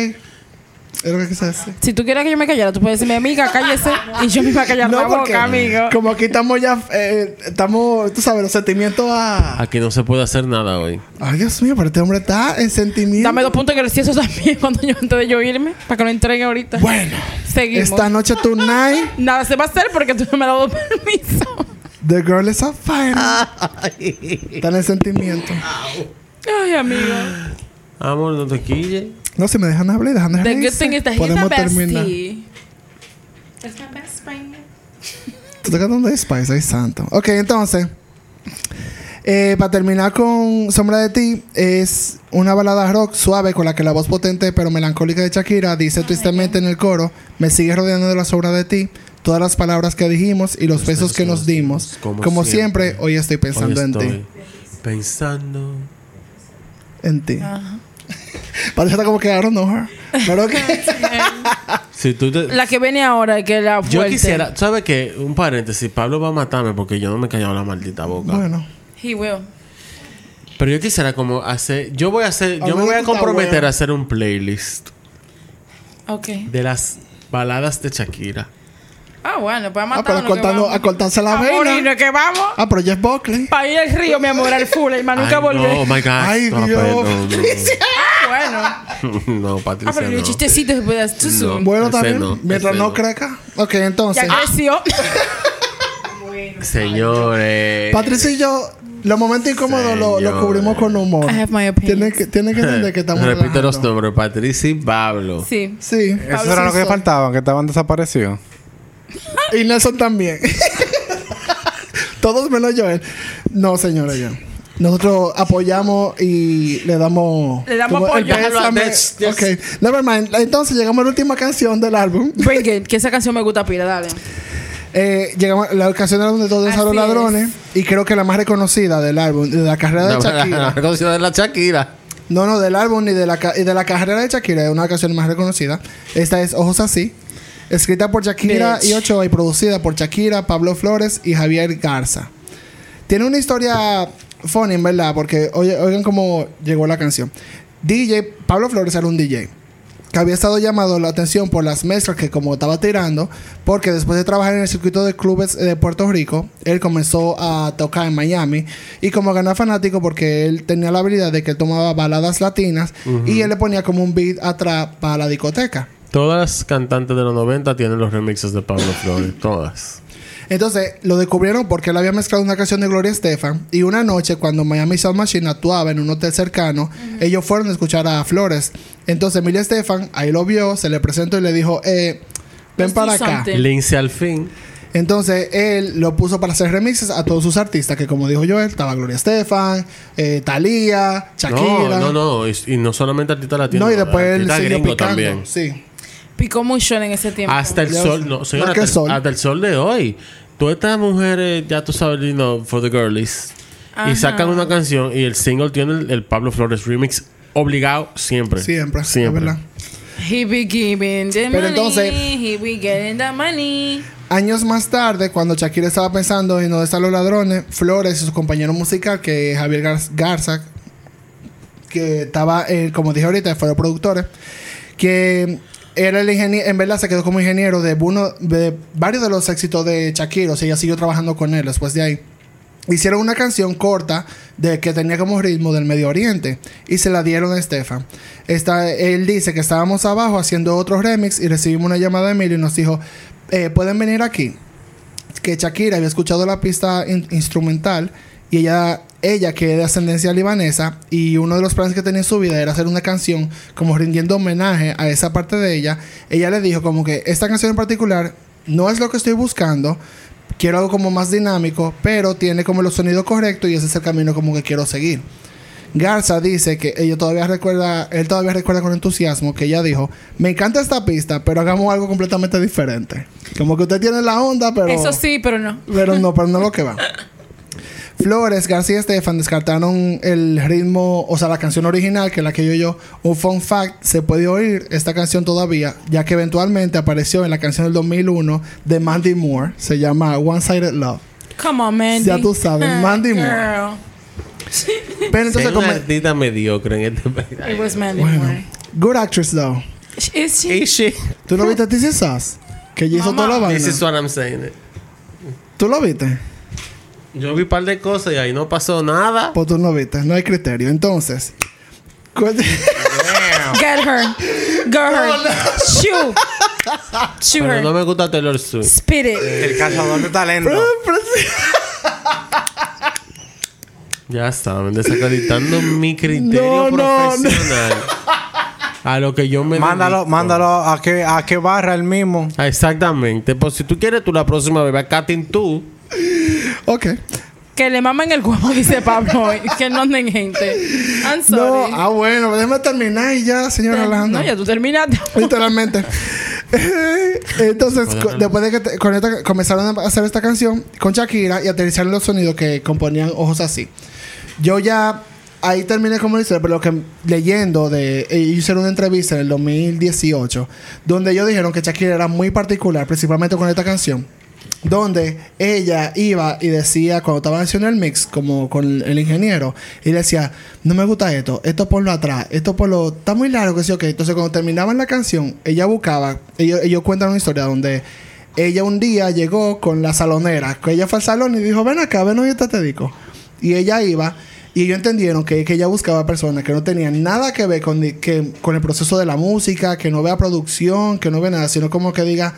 Es lo que quise decir.
Si tú quieres que yo me callara, tú puedes decirme, amiga, cállese. Y yo me voy a callar la
No, porque
boca, amigo.
como aquí estamos ya, eh, estamos, tú sabes, los sentimientos a...
Aquí no se puede hacer nada hoy.
Ay, Dios mío, pero este hombre está en sentimiento.
Dame dos puntos en el cieso también cuando yo antes de yo irme. Para que lo entreguen ahorita.
Bueno,
Seguimos.
esta noche tonight,
Nada se va a hacer porque tú no me has dado permiso.
The Girl is a Fire. Está en el sentimiento.
Ay, amigo.
Amor, no te quille.
No, si me dejan hablar, dejan de
The good
reírse,
thing is that he's my
Podemos terminar.
bestie. That's my best friend.
Tú estás cantando de Spice, ay santo. Ok, entonces. eh, para terminar con Sombra de ti, es una balada rock suave con la que la voz potente pero melancólica de Shakira dice tristemente en el coro: Me sigue rodeando de la sombra de ti, todas las palabras que dijimos y los, besos que nos dimos. Como, siempre, hoy estoy pensando
Hoy
en ti.
estoy Pensando.
En ti. Parece como que I don't know her. Pero que.
Si tú te-
La que viene ahora, que la fuerte.
Yo quisiera, ¿sabes qué? Un paréntesis, Pablo va a matarme porque yo no me he callado la maldita boca.
bueno.
He will.
Pero yo quisiera como hacer, yo voy a hacer,
A
yo me
ver,
voy a
está
comprometer
bueno.
a hacer un playlist
Ok.
de las baladas de Shakira.
Ah, bueno, pues
Ah,
matar
pero cortando, a cortarse la
a morir,
vena.
¿no? que vamos
Ah, pero Jeff Buckley.
para ir al río, mi amor, al full, y más Ah, nunca
Ay, No, oh
volver.
my God.
Ay,
No,
Dios.
pero
Ah, bueno.
No, no,
Ah,
Patricia,
pero
no.
los chistecitos después de too soon.
No.
Bueno,
Ese
también.
no,
mientras
ese
no
no.
crezca. Ok, entonces.
Ya creció.
Señores.
Patricia y yo, los momentos incómodos lo- los
Señores.
cubrimos con humor.
I have my opinion.
Tiene que, tiene que entender que estamos
Repito los
relajando.
nombres, Patricia y Pablo.
Sí.
Sí.
Eso era lo que faltaban, que estaban desaparecidos.
Y Nelson también. Todos menos Joel. No, señora, yo. Nosotros apoyamos y le damos...
Le damos
como el
apoyo.
Déjalo a
pésame.
Nets, yes.
Ok. Never mind. Entonces, llegamos a la última canción del álbum.
Bring it, que esa canción me gusta pila, dale.
Eh, llegamos a la canción del álbum de Todos a los
Así
ladrones. Y creo que la más reconocida del álbum, de la carrera de
La- la-
Shakira.
la reconocida de la Shakira.
No, no, del álbum y de la, ca- y de la carrera de Shakira, es una canción más reconocida. Esta es Ojos Así, escrita por Shakira
Bitch.
y Ochoa y producida por Shakira, Pablo Flores y Javier Garza. Tiene una historia funny, en verdad, porque oye- oigan cómo llegó la canción. DJ, Pablo Flores era un DJ que había estado llamado la atención por las mezclas que como estaba tirando, porque después de trabajar en el circuito de clubes eh, de Puerto Rico, él comenzó a tocar en Miami y como ganaba fanático porque él tenía la habilidad de que él tomaba baladas latinas y él le ponía como un beat atrás para la discoteca.
Todas las cantantes de los 90 tienen los remixes de Pablo Flores. Todas.
Entonces, lo descubrieron porque él había mezclado una canción de Gloria Estefan. Y una noche, cuando Miami Sound Machine actuaba en un hotel cercano, ellos fueron a escuchar a Flores. Entonces, Emilia Estefan ahí lo vio, se le presentó y le dijo, eh, ven
Let's do
para acá.
something.
Lince al fin.
Entonces él lo puso para hacer remixes a todos sus artistas, que como dijo Joel, estaba Gloria Estefan, eh, Thalía, Shakira.
No, no, no. Y, y no solamente artista latino.
No, y después él
artista
siguió
gringo
picando.
también.
Sí.
Picó mucho en ese tiempo.
Hasta el
Ya
sol,
sé.
no, señora,
¿Más que
hasta,
el sol?
hasta el sol de hoy. Todas estas mujeres, ya tú sabes, you know, for the girlies.
Ajá.
Y sacan una canción y el single tiene el, el Pablo Flores remix obligado siempre.
Siempre, es
Siempre.
verdad.
He be giving the money.
Pero entonces-
He be getting the money.
Años más tarde, cuando Shakira estaba pensando en dónde están los ladrones, Flores y su compañero musical, que es Javier Gar- Garza, que estaba, eh, como dije ahorita, fueron productores, que era el ingeniero, en verdad se quedó como ingeniero de, uno, de varios de los éxitos de Shakira, o sea, ella siguió trabajando con él después de ahí. Hicieron una canción corta de que tenía como ritmo del Medio Oriente y se la dieron a Estefan. Esta- él dice que estábamos abajo haciendo otro remix y recibimos una llamada de Emilio y nos dijo, eh, pueden venir aquí. Que Shakira había escuchado la pista in- instrumental y ella, ella que es de ascendencia libanesa y uno de los planes que tenía en su vida era hacer una canción como rindiendo homenaje a esa parte de ella. Ella le dijo como que esta canción en particular no es lo que estoy buscando, quiero algo como más dinámico, pero tiene como los sonidos correctos y ese es el camino como que quiero seguir. Garza dice que ella todavía recuerda, él todavía recuerda con entusiasmo que ella dijo, me encanta esta pista, pero hagamos algo completamente diferente. Como que usted tiene la onda, pero...
Eso sí, pero no.
Pero no, pero no lo que va. Flores, García y Estefan descartaron el ritmo, o sea, la canción original, que es la que yo yo. Un fun fact, se puede oír esta canción todavía, ya que eventualmente apareció en la canción del 2001 de Mandy Moore, se llama One Sided Love.
Come on, Mandy. Ah,
Ya tú sabes, Mandy
Girl.
Moore. Pero entonces,
Ser una
como...
artista mediocre en este país.
It was Mandy Moore.
Good actress, though.
Is she?
Y she-
¿Tú no viste This Is Us? Que ella hizo
Mamá.
toda la
This
vaina.
is what I'm saying.
¿Tú lo viste?
Yo vi un par de cosas y ahí no pasó nada.
Pues tú no viste. No hay criterio. Entonces... cu-
Get her. Get her. Shoot. Shoot
Pero
her.
no me gusta Taylor Swift.
Spit it.
El cazador de talento.
Ya saben, desacreditando mi
No,
criterio
no, no.
profesional. A lo que yo me.
Mándalo,
dedico.
mándalo a que a que barra el mismo.
Ah, Exactamente. Pues si tú quieres, tú la próxima vez ve a Katin tú.
ok.
Que le mamen el huevo, dice Pablo. hoy. que no anden gente. I'm
No,
sorry. Eh,
ah, bueno, déjame terminar y ya, señora Alejandra.
No, ya tú terminaste.
Literalmente. Entonces, co- después de que te- con esta- comenzaron a hacer esta canción con Shakira y aterrizaron los sonidos que componían ojos así. Yo ya ahí terminé como dice, pero lo que leyendo de ellos hicieron una entrevista en el 2018 donde ellos dijeron que Shakira era muy particular, principalmente con esta canción. Donde ella iba y decía, cuando estaba haciendo el mix, como con el ingeniero, y le decía, no me gusta esto, esto ponlo atrás, esto ponlo, está muy largo, que sí, ok. Entonces, cuando terminaban la canción, ella buscaba, ellos, ellos cuentan una historia donde ella un día llegó con la salonera, que ella fue al salón y dijo, ven acá, ven hoy te dedico. Y ella iba y ellos entendieron que, que ella buscaba personas que no tenían nada que ver con, ni- que, con el proceso de la música, que no vea producción, que no vea nada, sino como que diga,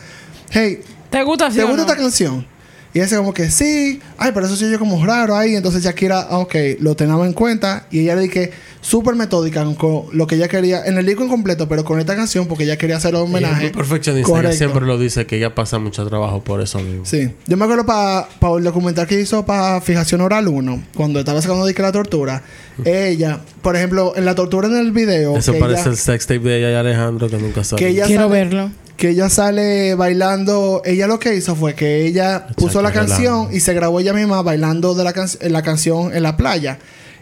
hey,
¿Te gusta? sí
¿te
o
gusta
no?
esta canción? Y ella como que sí, ay, pero eso sí yo como raro ahí. Entonces Shakira, ah, ok, lo tenía en cuenta y ella le dije, súper metódica con lo que ella quería, en el disco incompleto, pero con esta canción porque ella quería hacer un
Ella es
homenaje.
muy perfeccionista. ella
Correcto.
siempre lo dice que ella pasa mucho trabajo por eso mismo.
Sí. Yo me acuerdo para el documental que hizo para Fijación Oral 1, cuando estaba sacando disque la tortura. Ella, por ejemplo, en la tortura en el video.
Eso
que
parece
ella-
el sex tape de ella y Alejandro que nunca sale.
que ella
Quiero
sale-
verlo.
que ella sale bailando. Ella lo que hizo fue que ella puso la
qué relajo.
canción y se grabó ella misma bailando de la, can- en la canción en la playa.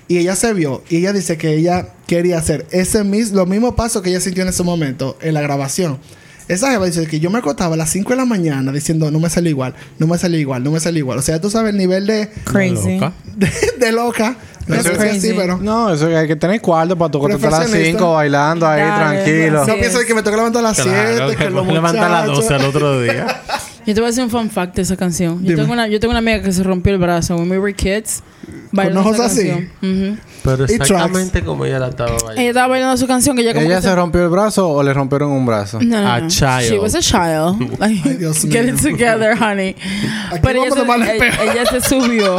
Y ella se vio y ella dice que ella quería hacer ese mis los mismos pasos que ella sintió en ese momento en la grabación. Esa jeva dice que yo me acostaba a las 5 de la mañana diciendo no me sale igual, no me sale igual, no me sale igual. O sea, tú sabes el nivel de,
Crazy.
Loca.
de, de loca. No
That's
sé si así,
crazy.
pero.
No, eso que hay que tener cuarto para tu costar a las
Profesionista.
5 bailando ahí
Dale,
tranquilo.
así
No
es.
pienses que me toca levantar a las 7,
Claro,
que
que
los
levanta a las 12
muchachos-
al otro día.
Yo te voy a hacer un fun fact de esa canción. Yo
Dime.
tengo, una, yo tengo una amiga que se rompió el brazo. When we were kids, bailando
ojos
esa
así.
canción. Ujú.
Pero
Y
exactamente como ella la estaba
Ella
bailando.
estaba bailando su canción que ella como
¿Ella
que
se rompió el brazo o le rompieron un brazo?
No, no,
A
no.
child.
She was a child. Like,
Ay, Dios
get
mío.
it together, honey.
Aquí
Pero ella
vamos de mal en
se, ella,
peor.
ella se subió.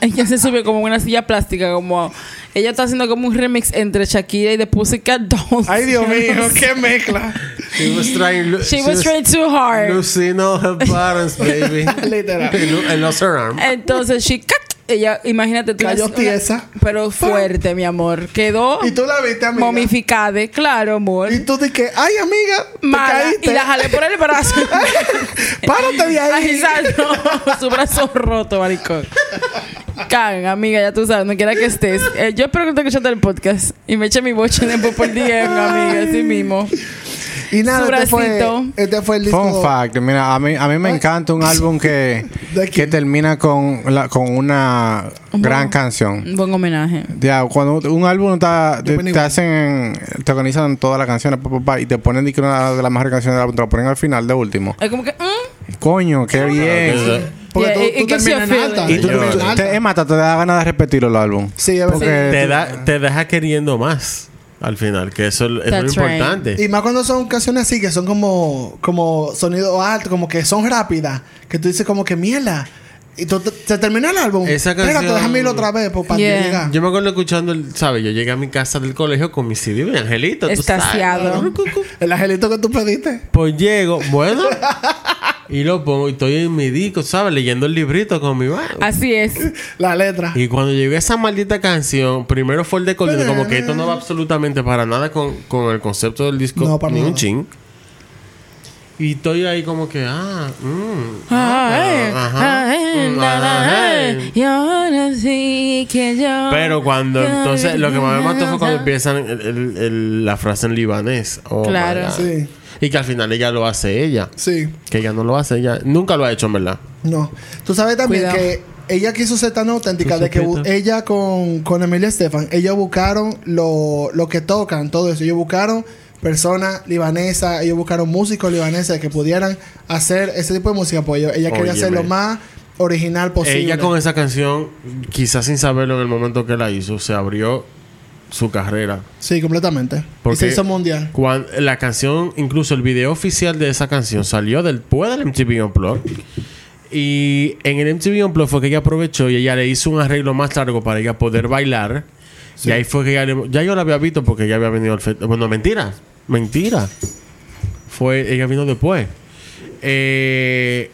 Ella se subió como en una silla plástica, como ella está haciendo como un remix entre Shakira y The Pussycat Dolls.
Ay, Dios mío, qué mezcla.
She was trying lu-
She was trying too hard.
Lucino her parents, baby.
Literal.
El, el Lucifer arm.
Entonces she cut. Ella, imagínate tú
Cayó
una-
tiesa.
Pero fuerte, mi amor. Quedó
Y tú la viste, amiga.
momificada, claro, amor.
Y tú dije, ay, amiga, te
Mala.
caíste.
y la jalé por el brazo.
Párate de ahí.
Ay, no. Su brazo roto, maricón. Cagan, amiga, ya tú sabes, no quiera que estés. Eh, yo espero que te escuchaste el podcast y me eche mi boche de por DM, amiga, así mismo.
y nada,
su
este fue,
bracito.
este fue el disco.
Fun fact, mira, a mí, a mí me encanta un álbum que,
¿De
que
quién?
termina con, la- con una gran canción.
Un buen homenaje.
Ya, cuando un álbum está, te,
Dominic
te
Way.
hacen, te organizan todas las canciones pa, pa, pa, y te ponen di que una de las mejores canciones del álbum, te la ponen al final de último.
Es como que. mm,
Coño, qué bien.
Porque
Yeah, it-
tú,
it
tú
gives you a
terminas en
feeling.
alta.
Y tú-
terminas en
tú-
alta.
Te, es más, hasta te da ganas de repetirlo el álbum.
Sí, es verdad.
Porque
te, da, te deja queriendo más al final, que eso es lo
That's right.
importante.
Y más cuando son canciones así, que son como, como sonido alto, como que son rápidas, que tú dices como que mierda. Y tú, se termina el álbum.
Esa
Espérate,
canción-
déjame ir otra vez pues, para
Yeah.
que llegar.
Yo me acuerdo escuchando, el- ¿sabes? Yo llegué a mi casa del colegio con mi CD, mi angelito. tú sabes.
Estaciado.
El angelito que tú pediste.
Pues llego, bueno, y lo pongo, y estoy en mi disco, ¿sabes? Leyendo el librito con mi mano.
Así es.
La letra.
Y cuando llegué a esa maldita canción, primero fue el de Colino, como que esto no va absolutamente para nada con, con el concepto del disco,
No, para
ni un
nada.
ching. Y estoy ahí como que, ah, mm,
Ah,
Ay,
ajá,
ay,
mm,
na, na,
ajá.
na. Y ahora sí que yo-
Pero cuando entonces lo que más me mató fue cuando empiezan el- el- el- la frase en libanés. Oh,
Claro.
my God.
Sí.
Y que al final ella lo hace ella.
Sí.
Que ella no lo hace ella. Nunca lo ha hecho en verdad.
No. Tú sabes también
Cuidado.
que ella quiso ser tan auténtica
Tú
de que bu-
supiste.
ella con, con Emilia Estefan, ellos buscaron lo, lo que tocan, todo eso. Ellos buscaron personas libanesas, ellos buscaron músicos libaneses que pudieran hacer ese tipo de música. Pues ellos- ella quería
Óyeme.
hacer lo más original posible.
Ella con esa canción, quizás sin saberlo en el momento que la hizo, se abrió su carrera.
Sí, completamente.
Porque
y se hizo mundial.
Cuan- la canción, incluso el video oficial de esa canción salió del después del MTV Unplugged. Y en el MTV Unplugged fue que ella aprovechó y ella le hizo un arreglo más largo para ella poder bailar. Y ahí fue que ella le- ya yo la había visto porque ella había venido al fe- bueno, mentira, mentira. Fue ella vino después. Eh,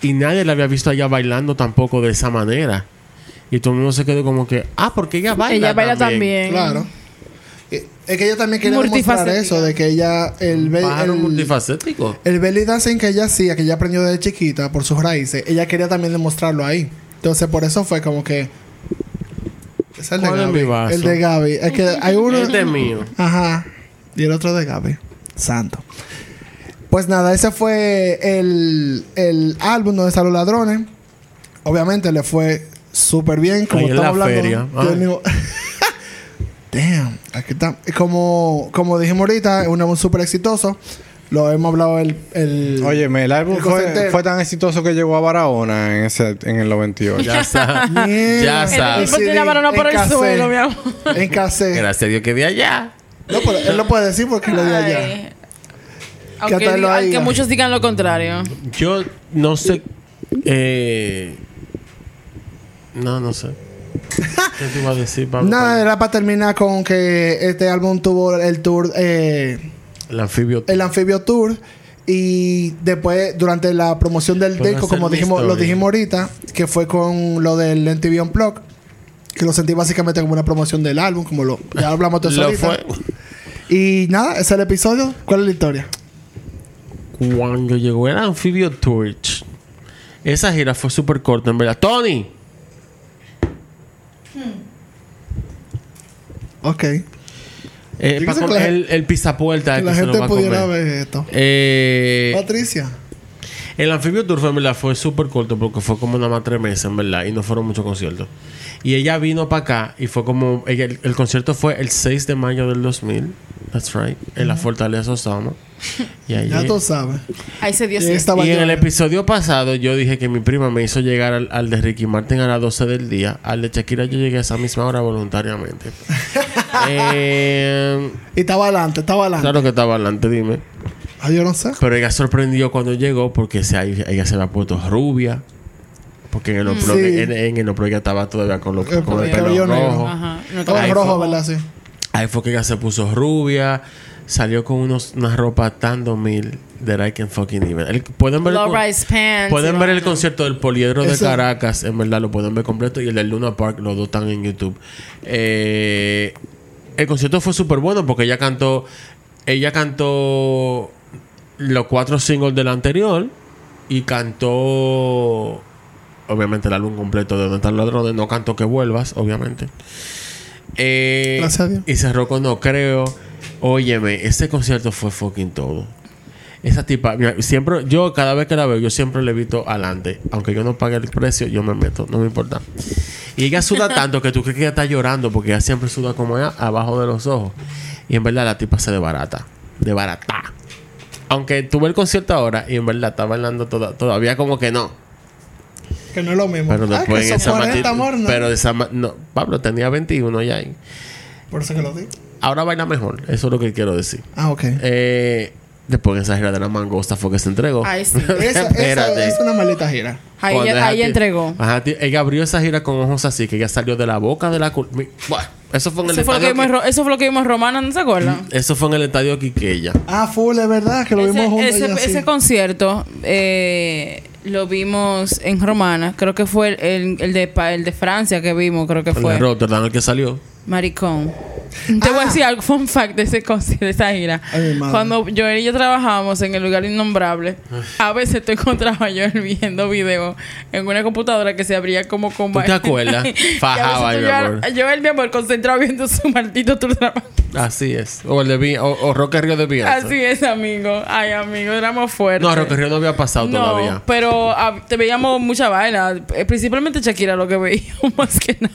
y nadie la había visto a ella bailando tampoco de esa manera. Y todo el mundo se quedó como que, ah, porque ella baila.
Ella baila también.
Claro. Y- Es que ella también quería demostrar
Multifacética.
eso, de que ella, el, be-
Pájaro
el,
multifacético.
El belly dancing que ella hacía, que ella aprendió desde chiquita por sus raíces, ella quería también demostrarlo ahí. Entonces, por eso fue como que. Es el de
¿Cuál es
Gaby.
mi vaso?
el de Gaby. Es que hay uno.
Este es mío.
Ajá. Y el otro de Gaby. Santo. Pues nada, ese fue el, el álbum donde están los ladrones. Obviamente le fue súper bien. Como
Ahí en la
estamos hablando.
feria.
yo
Ay.
digo- Damn, aquí está. Como, como dijimos ahorita, es un álbum súper exitoso. Lo hemos hablado el. el
Óyeme, el álbum
El
fue,
cosentero.
fue tan exitoso que llegó a Barahona en, ese, en el 98.
Ya está.
Mierda.
ya
El
sabes.
tipo tiene la mano por el
En cassette.
suelo, mi amor.
En casa.
Gracias a Dios que de allá.
No, pero él lo puede decir porque lo dio allá.
Ay. Aunque,
tal lo
diga- aunque
diga?
muchos digan lo contrario.
Yo no sé. eh, no, no sé. ¿Qué te iba a decir, Pablo?
Nada, era para terminar con que este álbum tuvo el tour. Eh,
El anfibio.
el anfibio tour y después durante la promoción del
Puedo
disco
hacer
como
mi
dijimos lo
historia.
dijimos ahorita que fue con lo del NTV Unplugged que lo sentí básicamente como una promoción del álbum como lo ya hablamos de eso
Lo
ahorita.
fue.
y nada ese es el episodio ¿cuál es la historia?
Cuando llegó el anfibio tour, ch- esa gira fue súper corta, en verdad. ¡Tony! Ah,
ok
Eh,
Yo
pa'
quise
con-
que la-
el, el pisapuerta
que
que
la
se lo
gente
va a
pudiera
comer.
ver esto
Eh,
Patricia
El Anfibio Tour, fue, en verdad, fue súper corto porque fue como nada más tres meses, en verdad, y no fueron muchos conciertos. Y ella vino para acá y fue como. ella- el, el concierto fue el 6 de mayo del 2000. That's right. En la Fortaleza Osama. Y ahí.
Ya tú sabes.
Ahí se dio
Y esta
eh, Y en el
mañana-
episodio pasado yo dije que mi prima me hizo llegar al, al de Ricky Martin a las 12 del día. Al de Shakira yo llegué a esa misma hora voluntariamente. Eh,
Y estaba adelante, estaba adelante.
claro que estaba adelante, dime.
Ah, yo no sé.
Pero ella sorprendió cuando llegó porque se, ahí- ella se había puesto rubia. Porque en el Opro,
Sí.
en, en el Opro ella estaba todavía con, lo-
Eh,
con el
el cabello negro.
pelo rojo.
Ajá. No,
Todo
Ahí
claro.
rojo,
fue.
¿verdad? Sí.
Ahí fue que ella se puso rubia. Salió con unos, una ropa tan 2000 that I can fucking even. El- pueden ver el
Low
con-
rise pants.
Pueden ver el concierto del Poliedro de
Ese-
Caracas, en verdad lo pueden ver completo, y el del Luna Park, los dos están en YouTube. Eh, el concierto fue súper bueno porque ella cantó, ella cantó los cuatro singles del anterior y cantó, obviamente, el álbum completo de Donde están los ladrones, no cantó que vuelvas, obviamente. Eh,
Gracias a Dios.
Y cerró con No Creo. Óyeme, ese concierto fue fucking todo. Esa tipa, mira, siempre, yo cada vez que la veo, yo siempre le evito adelante. Aunque yo no pague el precio, yo me meto, no me importa. Y ella suda tanto que tú crees que ella está llorando porque ella siempre suda como ella, abajo de los ojos. Y en verdad la tipa se debarata. Debarata. Aunque tuve el concierto ahora y en verdad está bailando toda, todavía como que no.
Que no es lo mismo.
Pero
Ah,
después
que son
en esa
40,
matita.
amor, ¿no?
Pero esa ma- no, Pablo tenía 21 ya. ahí.
Por eso que lo digo.
Ahora baila mejor. Eso es lo que quiero decir.
Ah, ok.
Eh, después en esa gira de la mangosta fue que se entregó.
Ay, sí.
Esa, esa es una maldita gira.
Ahí,
Cuando
ella-
esa
ahí
tía-
entregó.
Ajá, tía, ella abrió esa gira con ojos así, que ella salió de la boca de la... cul- mi- Buah, eso fue en el
Eso fue, lo que
estadio...
vimos, en Ro- eso fue lo que vimos en Romana, ¿no se acuerdan?
Qui- Eso fue en el estadio Quiqueya.
Ah, full, es verdad, que lo vimos juntos.
ese,
y así.
ese concierto eh, lo vimos en Romana. Creo que fue el, el- el de, pa- el de Francia que vimos, creo que
En el
fue.
Rotterdam, el que salió.
Maricón. Te voy a decir algo, fun fact de ese concierto, de esa gira.
Ah. Ay, mi madre.
Cuando Joel y yo trabajábamos en el lugar innombrable, a veces te encontraba yo viendo videos en una computadora que se abría como con
¿Tú te
va-
acuerdas?
Y a veces
Fajaba,
tú
mi
llevabas-
amor.
Joel, mi amor, concentrado viendo su maldito tour de la-
Así es. O el de Vi- o, o Rock in Rio de Bielsa.
Así es, amigo. Ay, amigo, éramos fuertes.
No, Rock in Rio no había pasado
No,
todavía.
pero ah, te veíamos mucha vaina. Eh, Principalmente Shakira lo que veíamos más que nada.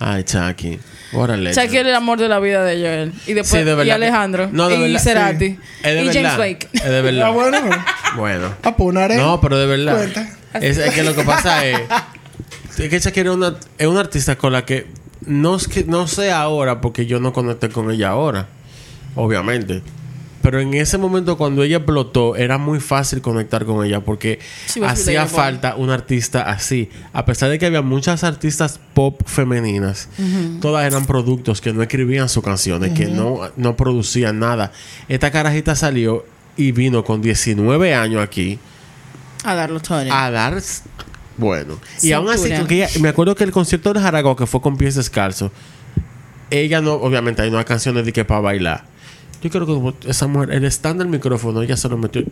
Ay, Chucky. Órale.
Shakira era el amor de la vida de Joel. Y después
Sí, de verdad
y
que-
Alejandro.
No, de
y
verdad,
Cerati.
Es de
y James
verdad. Eh,
Blake.
Es de
Ah,
verdad.
bueno.
Bueno.
Ah, pues una arena.
No, pero de verdad.
Cuenta.
Es, es que lo que pasa es, es que Shakira es una, es una artista con la que no, es que no sé ahora porque yo no conecté con ella ahora, obviamente. Pero en ese momento cuando ella explotó era muy fácil conectar con ella porque
She was
hacía
relatable.
falta un artista así. A pesar de que había muchas artistas pop femeninas, todas eran productos que no escribían sus canciones, que no, no producían nada. Esta carajita salió y vino con 19 años aquí
A darlo todo.
a dar s- bueno y
Cintura.
aún así con que ella- me acuerdo que el concierto de Jarago que fue con pies descalzos ella no obviamente hay unas canciones de que para bailar yo creo que como esa mujer el stand del micrófono ella se lo metió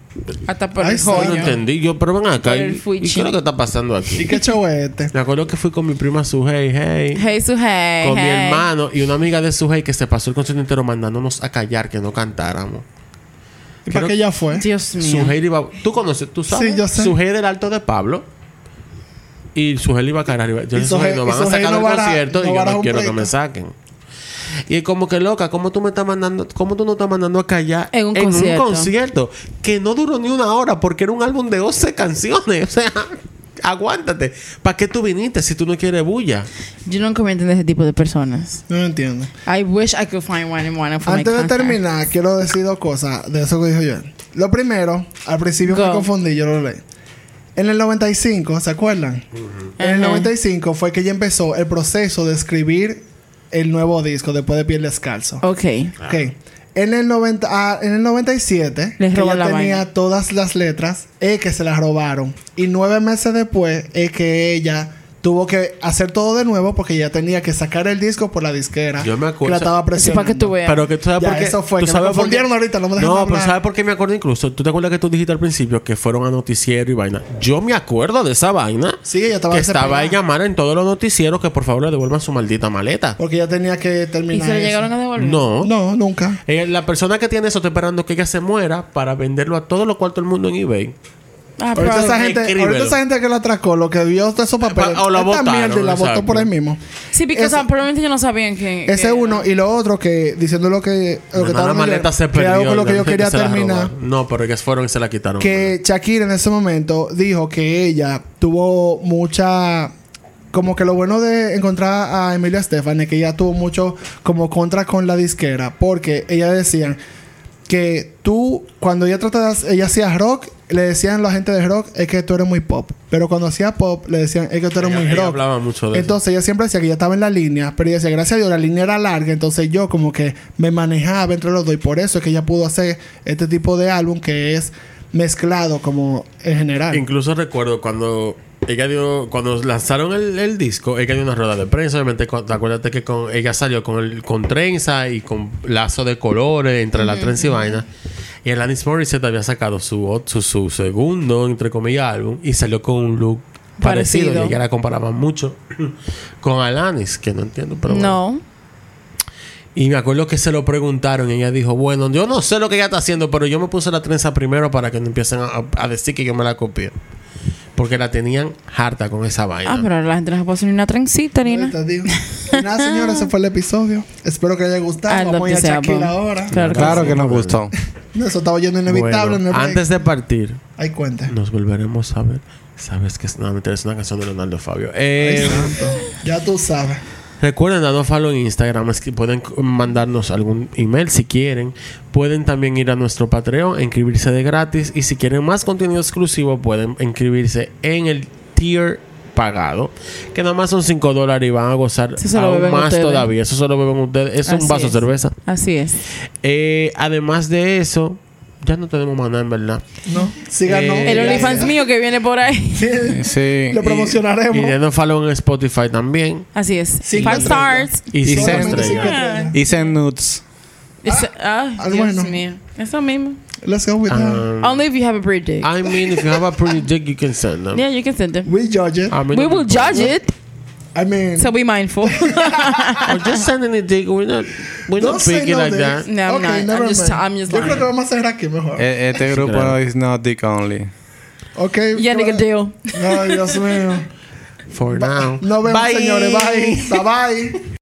Hasta por
Ay,
el
sí.
yo no
joyo.
entendí yo pero ven acá
El
y, y
fuichi.
qué es lo que está pasando
¿Y
aquí
qué show es este?
me acuerdo que fui con mi prima Suhey hey
Hey, su hey.
con mi
hey.
hermano y una amiga de Suhey que se pasó el concierto entero mandándonos a callar que no cantáramos
¿Y para
Creo-
qué ella fue?
Dios mío.
Sujel iba. Tú conoces, tú sabes.
Sí, yo sé.
Sujel del Alto de Pablo. Y Sujel iba a cara arriba. Yo
Y
le dije, Sujel,
Sujel-
nos
y
van a
Sujel
sacar
no
del
vara-
concierto
no
y yo
vara
no
un
quiero que
pleito.
me saquen. Y es como que loca, ¿cómo tú me estás mandando, cómo tú no estás mandando a callar
En un concierto.
concierto que no duró ni una hora porque era un álbum de 11 canciones? O sea, aguántate. ¿Para qué tú viniste si tú no quieres bulla?
Yo nunca voy a entender ese tipo de personas.
No lo entiendo.
I wish I could find one in one of my
Antes de
contacts.
terminar, quiero decir dos cosas de eso que dijo yo. Lo primero, al principio
Go.
me confundí, yo lo leí. En el 95, ¿se acuerdan? En el
Ajá.
95 fue que ella empezó el proceso de escribir el nuevo disco después de Piel Descalzo.
Ok.
Ok. En el, 90, ah, en el 97,
Les
que
roban
ella
la
tenía
vaina.
todas las letras, es que se las robaron. Y nueve meses después, es que ella tuvo que hacer todo de nuevo porque ella tenía que sacar el disco por la disquera.
Yo me acuerdo-
Que la estaba
Eso
presionando.
para que tú veas.
Pero que tú sabes
Ya,
por qué.
eso fue,
tú
que me
por qué-
confundieron ahorita, no me dejan
No, pero
hablar.
¿sabes por qué me acuerdo incluso? ¿Tú te acuerdas que tú dijiste al principio que fueron a noticiero y vaina? Yo me acuerdo de esa vaina.
Sí, ella estaba
Que estaba
desesperada.
ella mala en todos los noticieros que por favor le devuelvan su maldita maleta.
Porque ella tenía que
¿Y
terminar.
se lo
eso.
llegaron a devolver?
No.
No, nunca.
Eh, la persona que tiene eso está esperando que ella se muera para venderlo a todo lo cuarto del mundo en eBay.
Ah,
Ahorita
probable.
esa, gente,
Escríbelo.
ahorita esa gente que la atracó, lo que vio de esos papeles,
Eh, O la
esta
botaron,
mierda y la botó
exacto.
por ahí mismo.
Sí, porque
Ese-
ah, probablemente yo no sabían que...
Ese
que-
uno y lo otro que diciendo lo que lo que
Nada, la
estábamos
maleta
ayer,
se
que
perdió.
algo con lo que
la
yo
gente
quería
se la
terminar
robaron. No, pero que fueron y se la quitaron.
que Shakira en ese momento dijo que ella tuvo mucha como que lo bueno de encontrar a Emilia Estefan es que ella tuvo mucho como contra con la disquera porque ella decían que tú cuando ella tratas ella hacía rock le decían la gente de rock es que tú eres muy pop pero cuando hacía pop le decían es que tú eres
Ella-
muy
ella
rock
hablaba mucho de eso.
entonces ella siempre decía que ella estaba en la línea pero ella decía gracias a Dios la línea era larga entonces yo como que me manejaba entre los dos y por eso es que ella pudo hacer este tipo de álbum que es mezclado como en general
Incluso recuerdo cuando ella dio, cuando lanzaron el, el disco, ella dio una rueda de prensa. Obviamente, cu- acuérdate que con, ella salió con el, con trenza y con lazo de colores entre la trenza y vaina. Y el Alanis Morissette había sacado su, ot- su, su segundo, entre comillas, álbum y salió con un look parecido.
Parecido.
Y ella la comparaba mucho con Alanis, que no entiendo, pero bueno.
No.
Y me acuerdo que se lo preguntaron y ella dijo, bueno, yo no sé lo que ella está haciendo, pero yo me puse la trenza primero para que no empiecen a, a decir que yo me la copié. Porque la tenían harta con esa vaina.
Ah, pero la gente no se puede hacer ni una trencita ni nada.
Ahorita digo. Y nada señores ese fue el episodio espero que les haya
Ah,
gustado
lo
vamos a ir a
que sea,
Shakira
pa.
ahora
Claro que
Claro
sí.
que nos gustó.
eso estaba yendo
Bueno,
inevitable no hay-
antes de partir,
hay cuenta
nos volveremos a ver. Sabes que es, no, mentira, es una canción de Leonardo Fabio. Eh,
ya tú sabes
Recuerden darnos follow en Instagram. Es que pueden c- mandarnos algún email si quieren. Pueden también ir a nuestro Patreon, inscribirse de gratis. Y si quieren más contenido exclusivo, pueden inscribirse en el tier pagado. Que nada más son 5 dólares y van a gozar
Eso se lo
aún
beben
más
ustedes.
todavía. Eso solo beben ustedes. Es
Así
un vaso
es.
de cerveza.
Así es.
Eh, además de eso, ya no tenemos más nada en verdad.
no síganos
Eh,
El OnlyFans
Gracias.
mío que viene por ahí.
Sí.
lo promocionaremos
Y denos follow en Spotify también.
Así es.
Cinco
Five
estrellas.
stars.
Y
Y
cinco
send-
Solamente cinco
estrellas.
Ah.
estrellas.
Y send nudes.
It's- ah,
ah,
Dios
bueno.
mío. Eso mismo.
let's go with that
Um,
Only if you have a pretty dick.
Ah, I mean, if you have a pretty dick, you can send them.
yeah, you can send it.
we judge it
I mean,
We
no
will
me importa.
judge it,
I mean
so be mindful.
or just sending a dick. We're not we're
Don't
not
say
picky
no
like
dick.
that. Eh.
No, I'm
Ok,
not. I'm
never
just-
mind.
I'm just
Yo creo
lying.
que vamos a cerrar aquí mejor.
E- Este grupo
claro.
is not dick only.
ok.
yeah, nigga deal.
Ay, Dios mío.
For now.
Nos vemos,
Bye.
señores. Bye. Bye bye.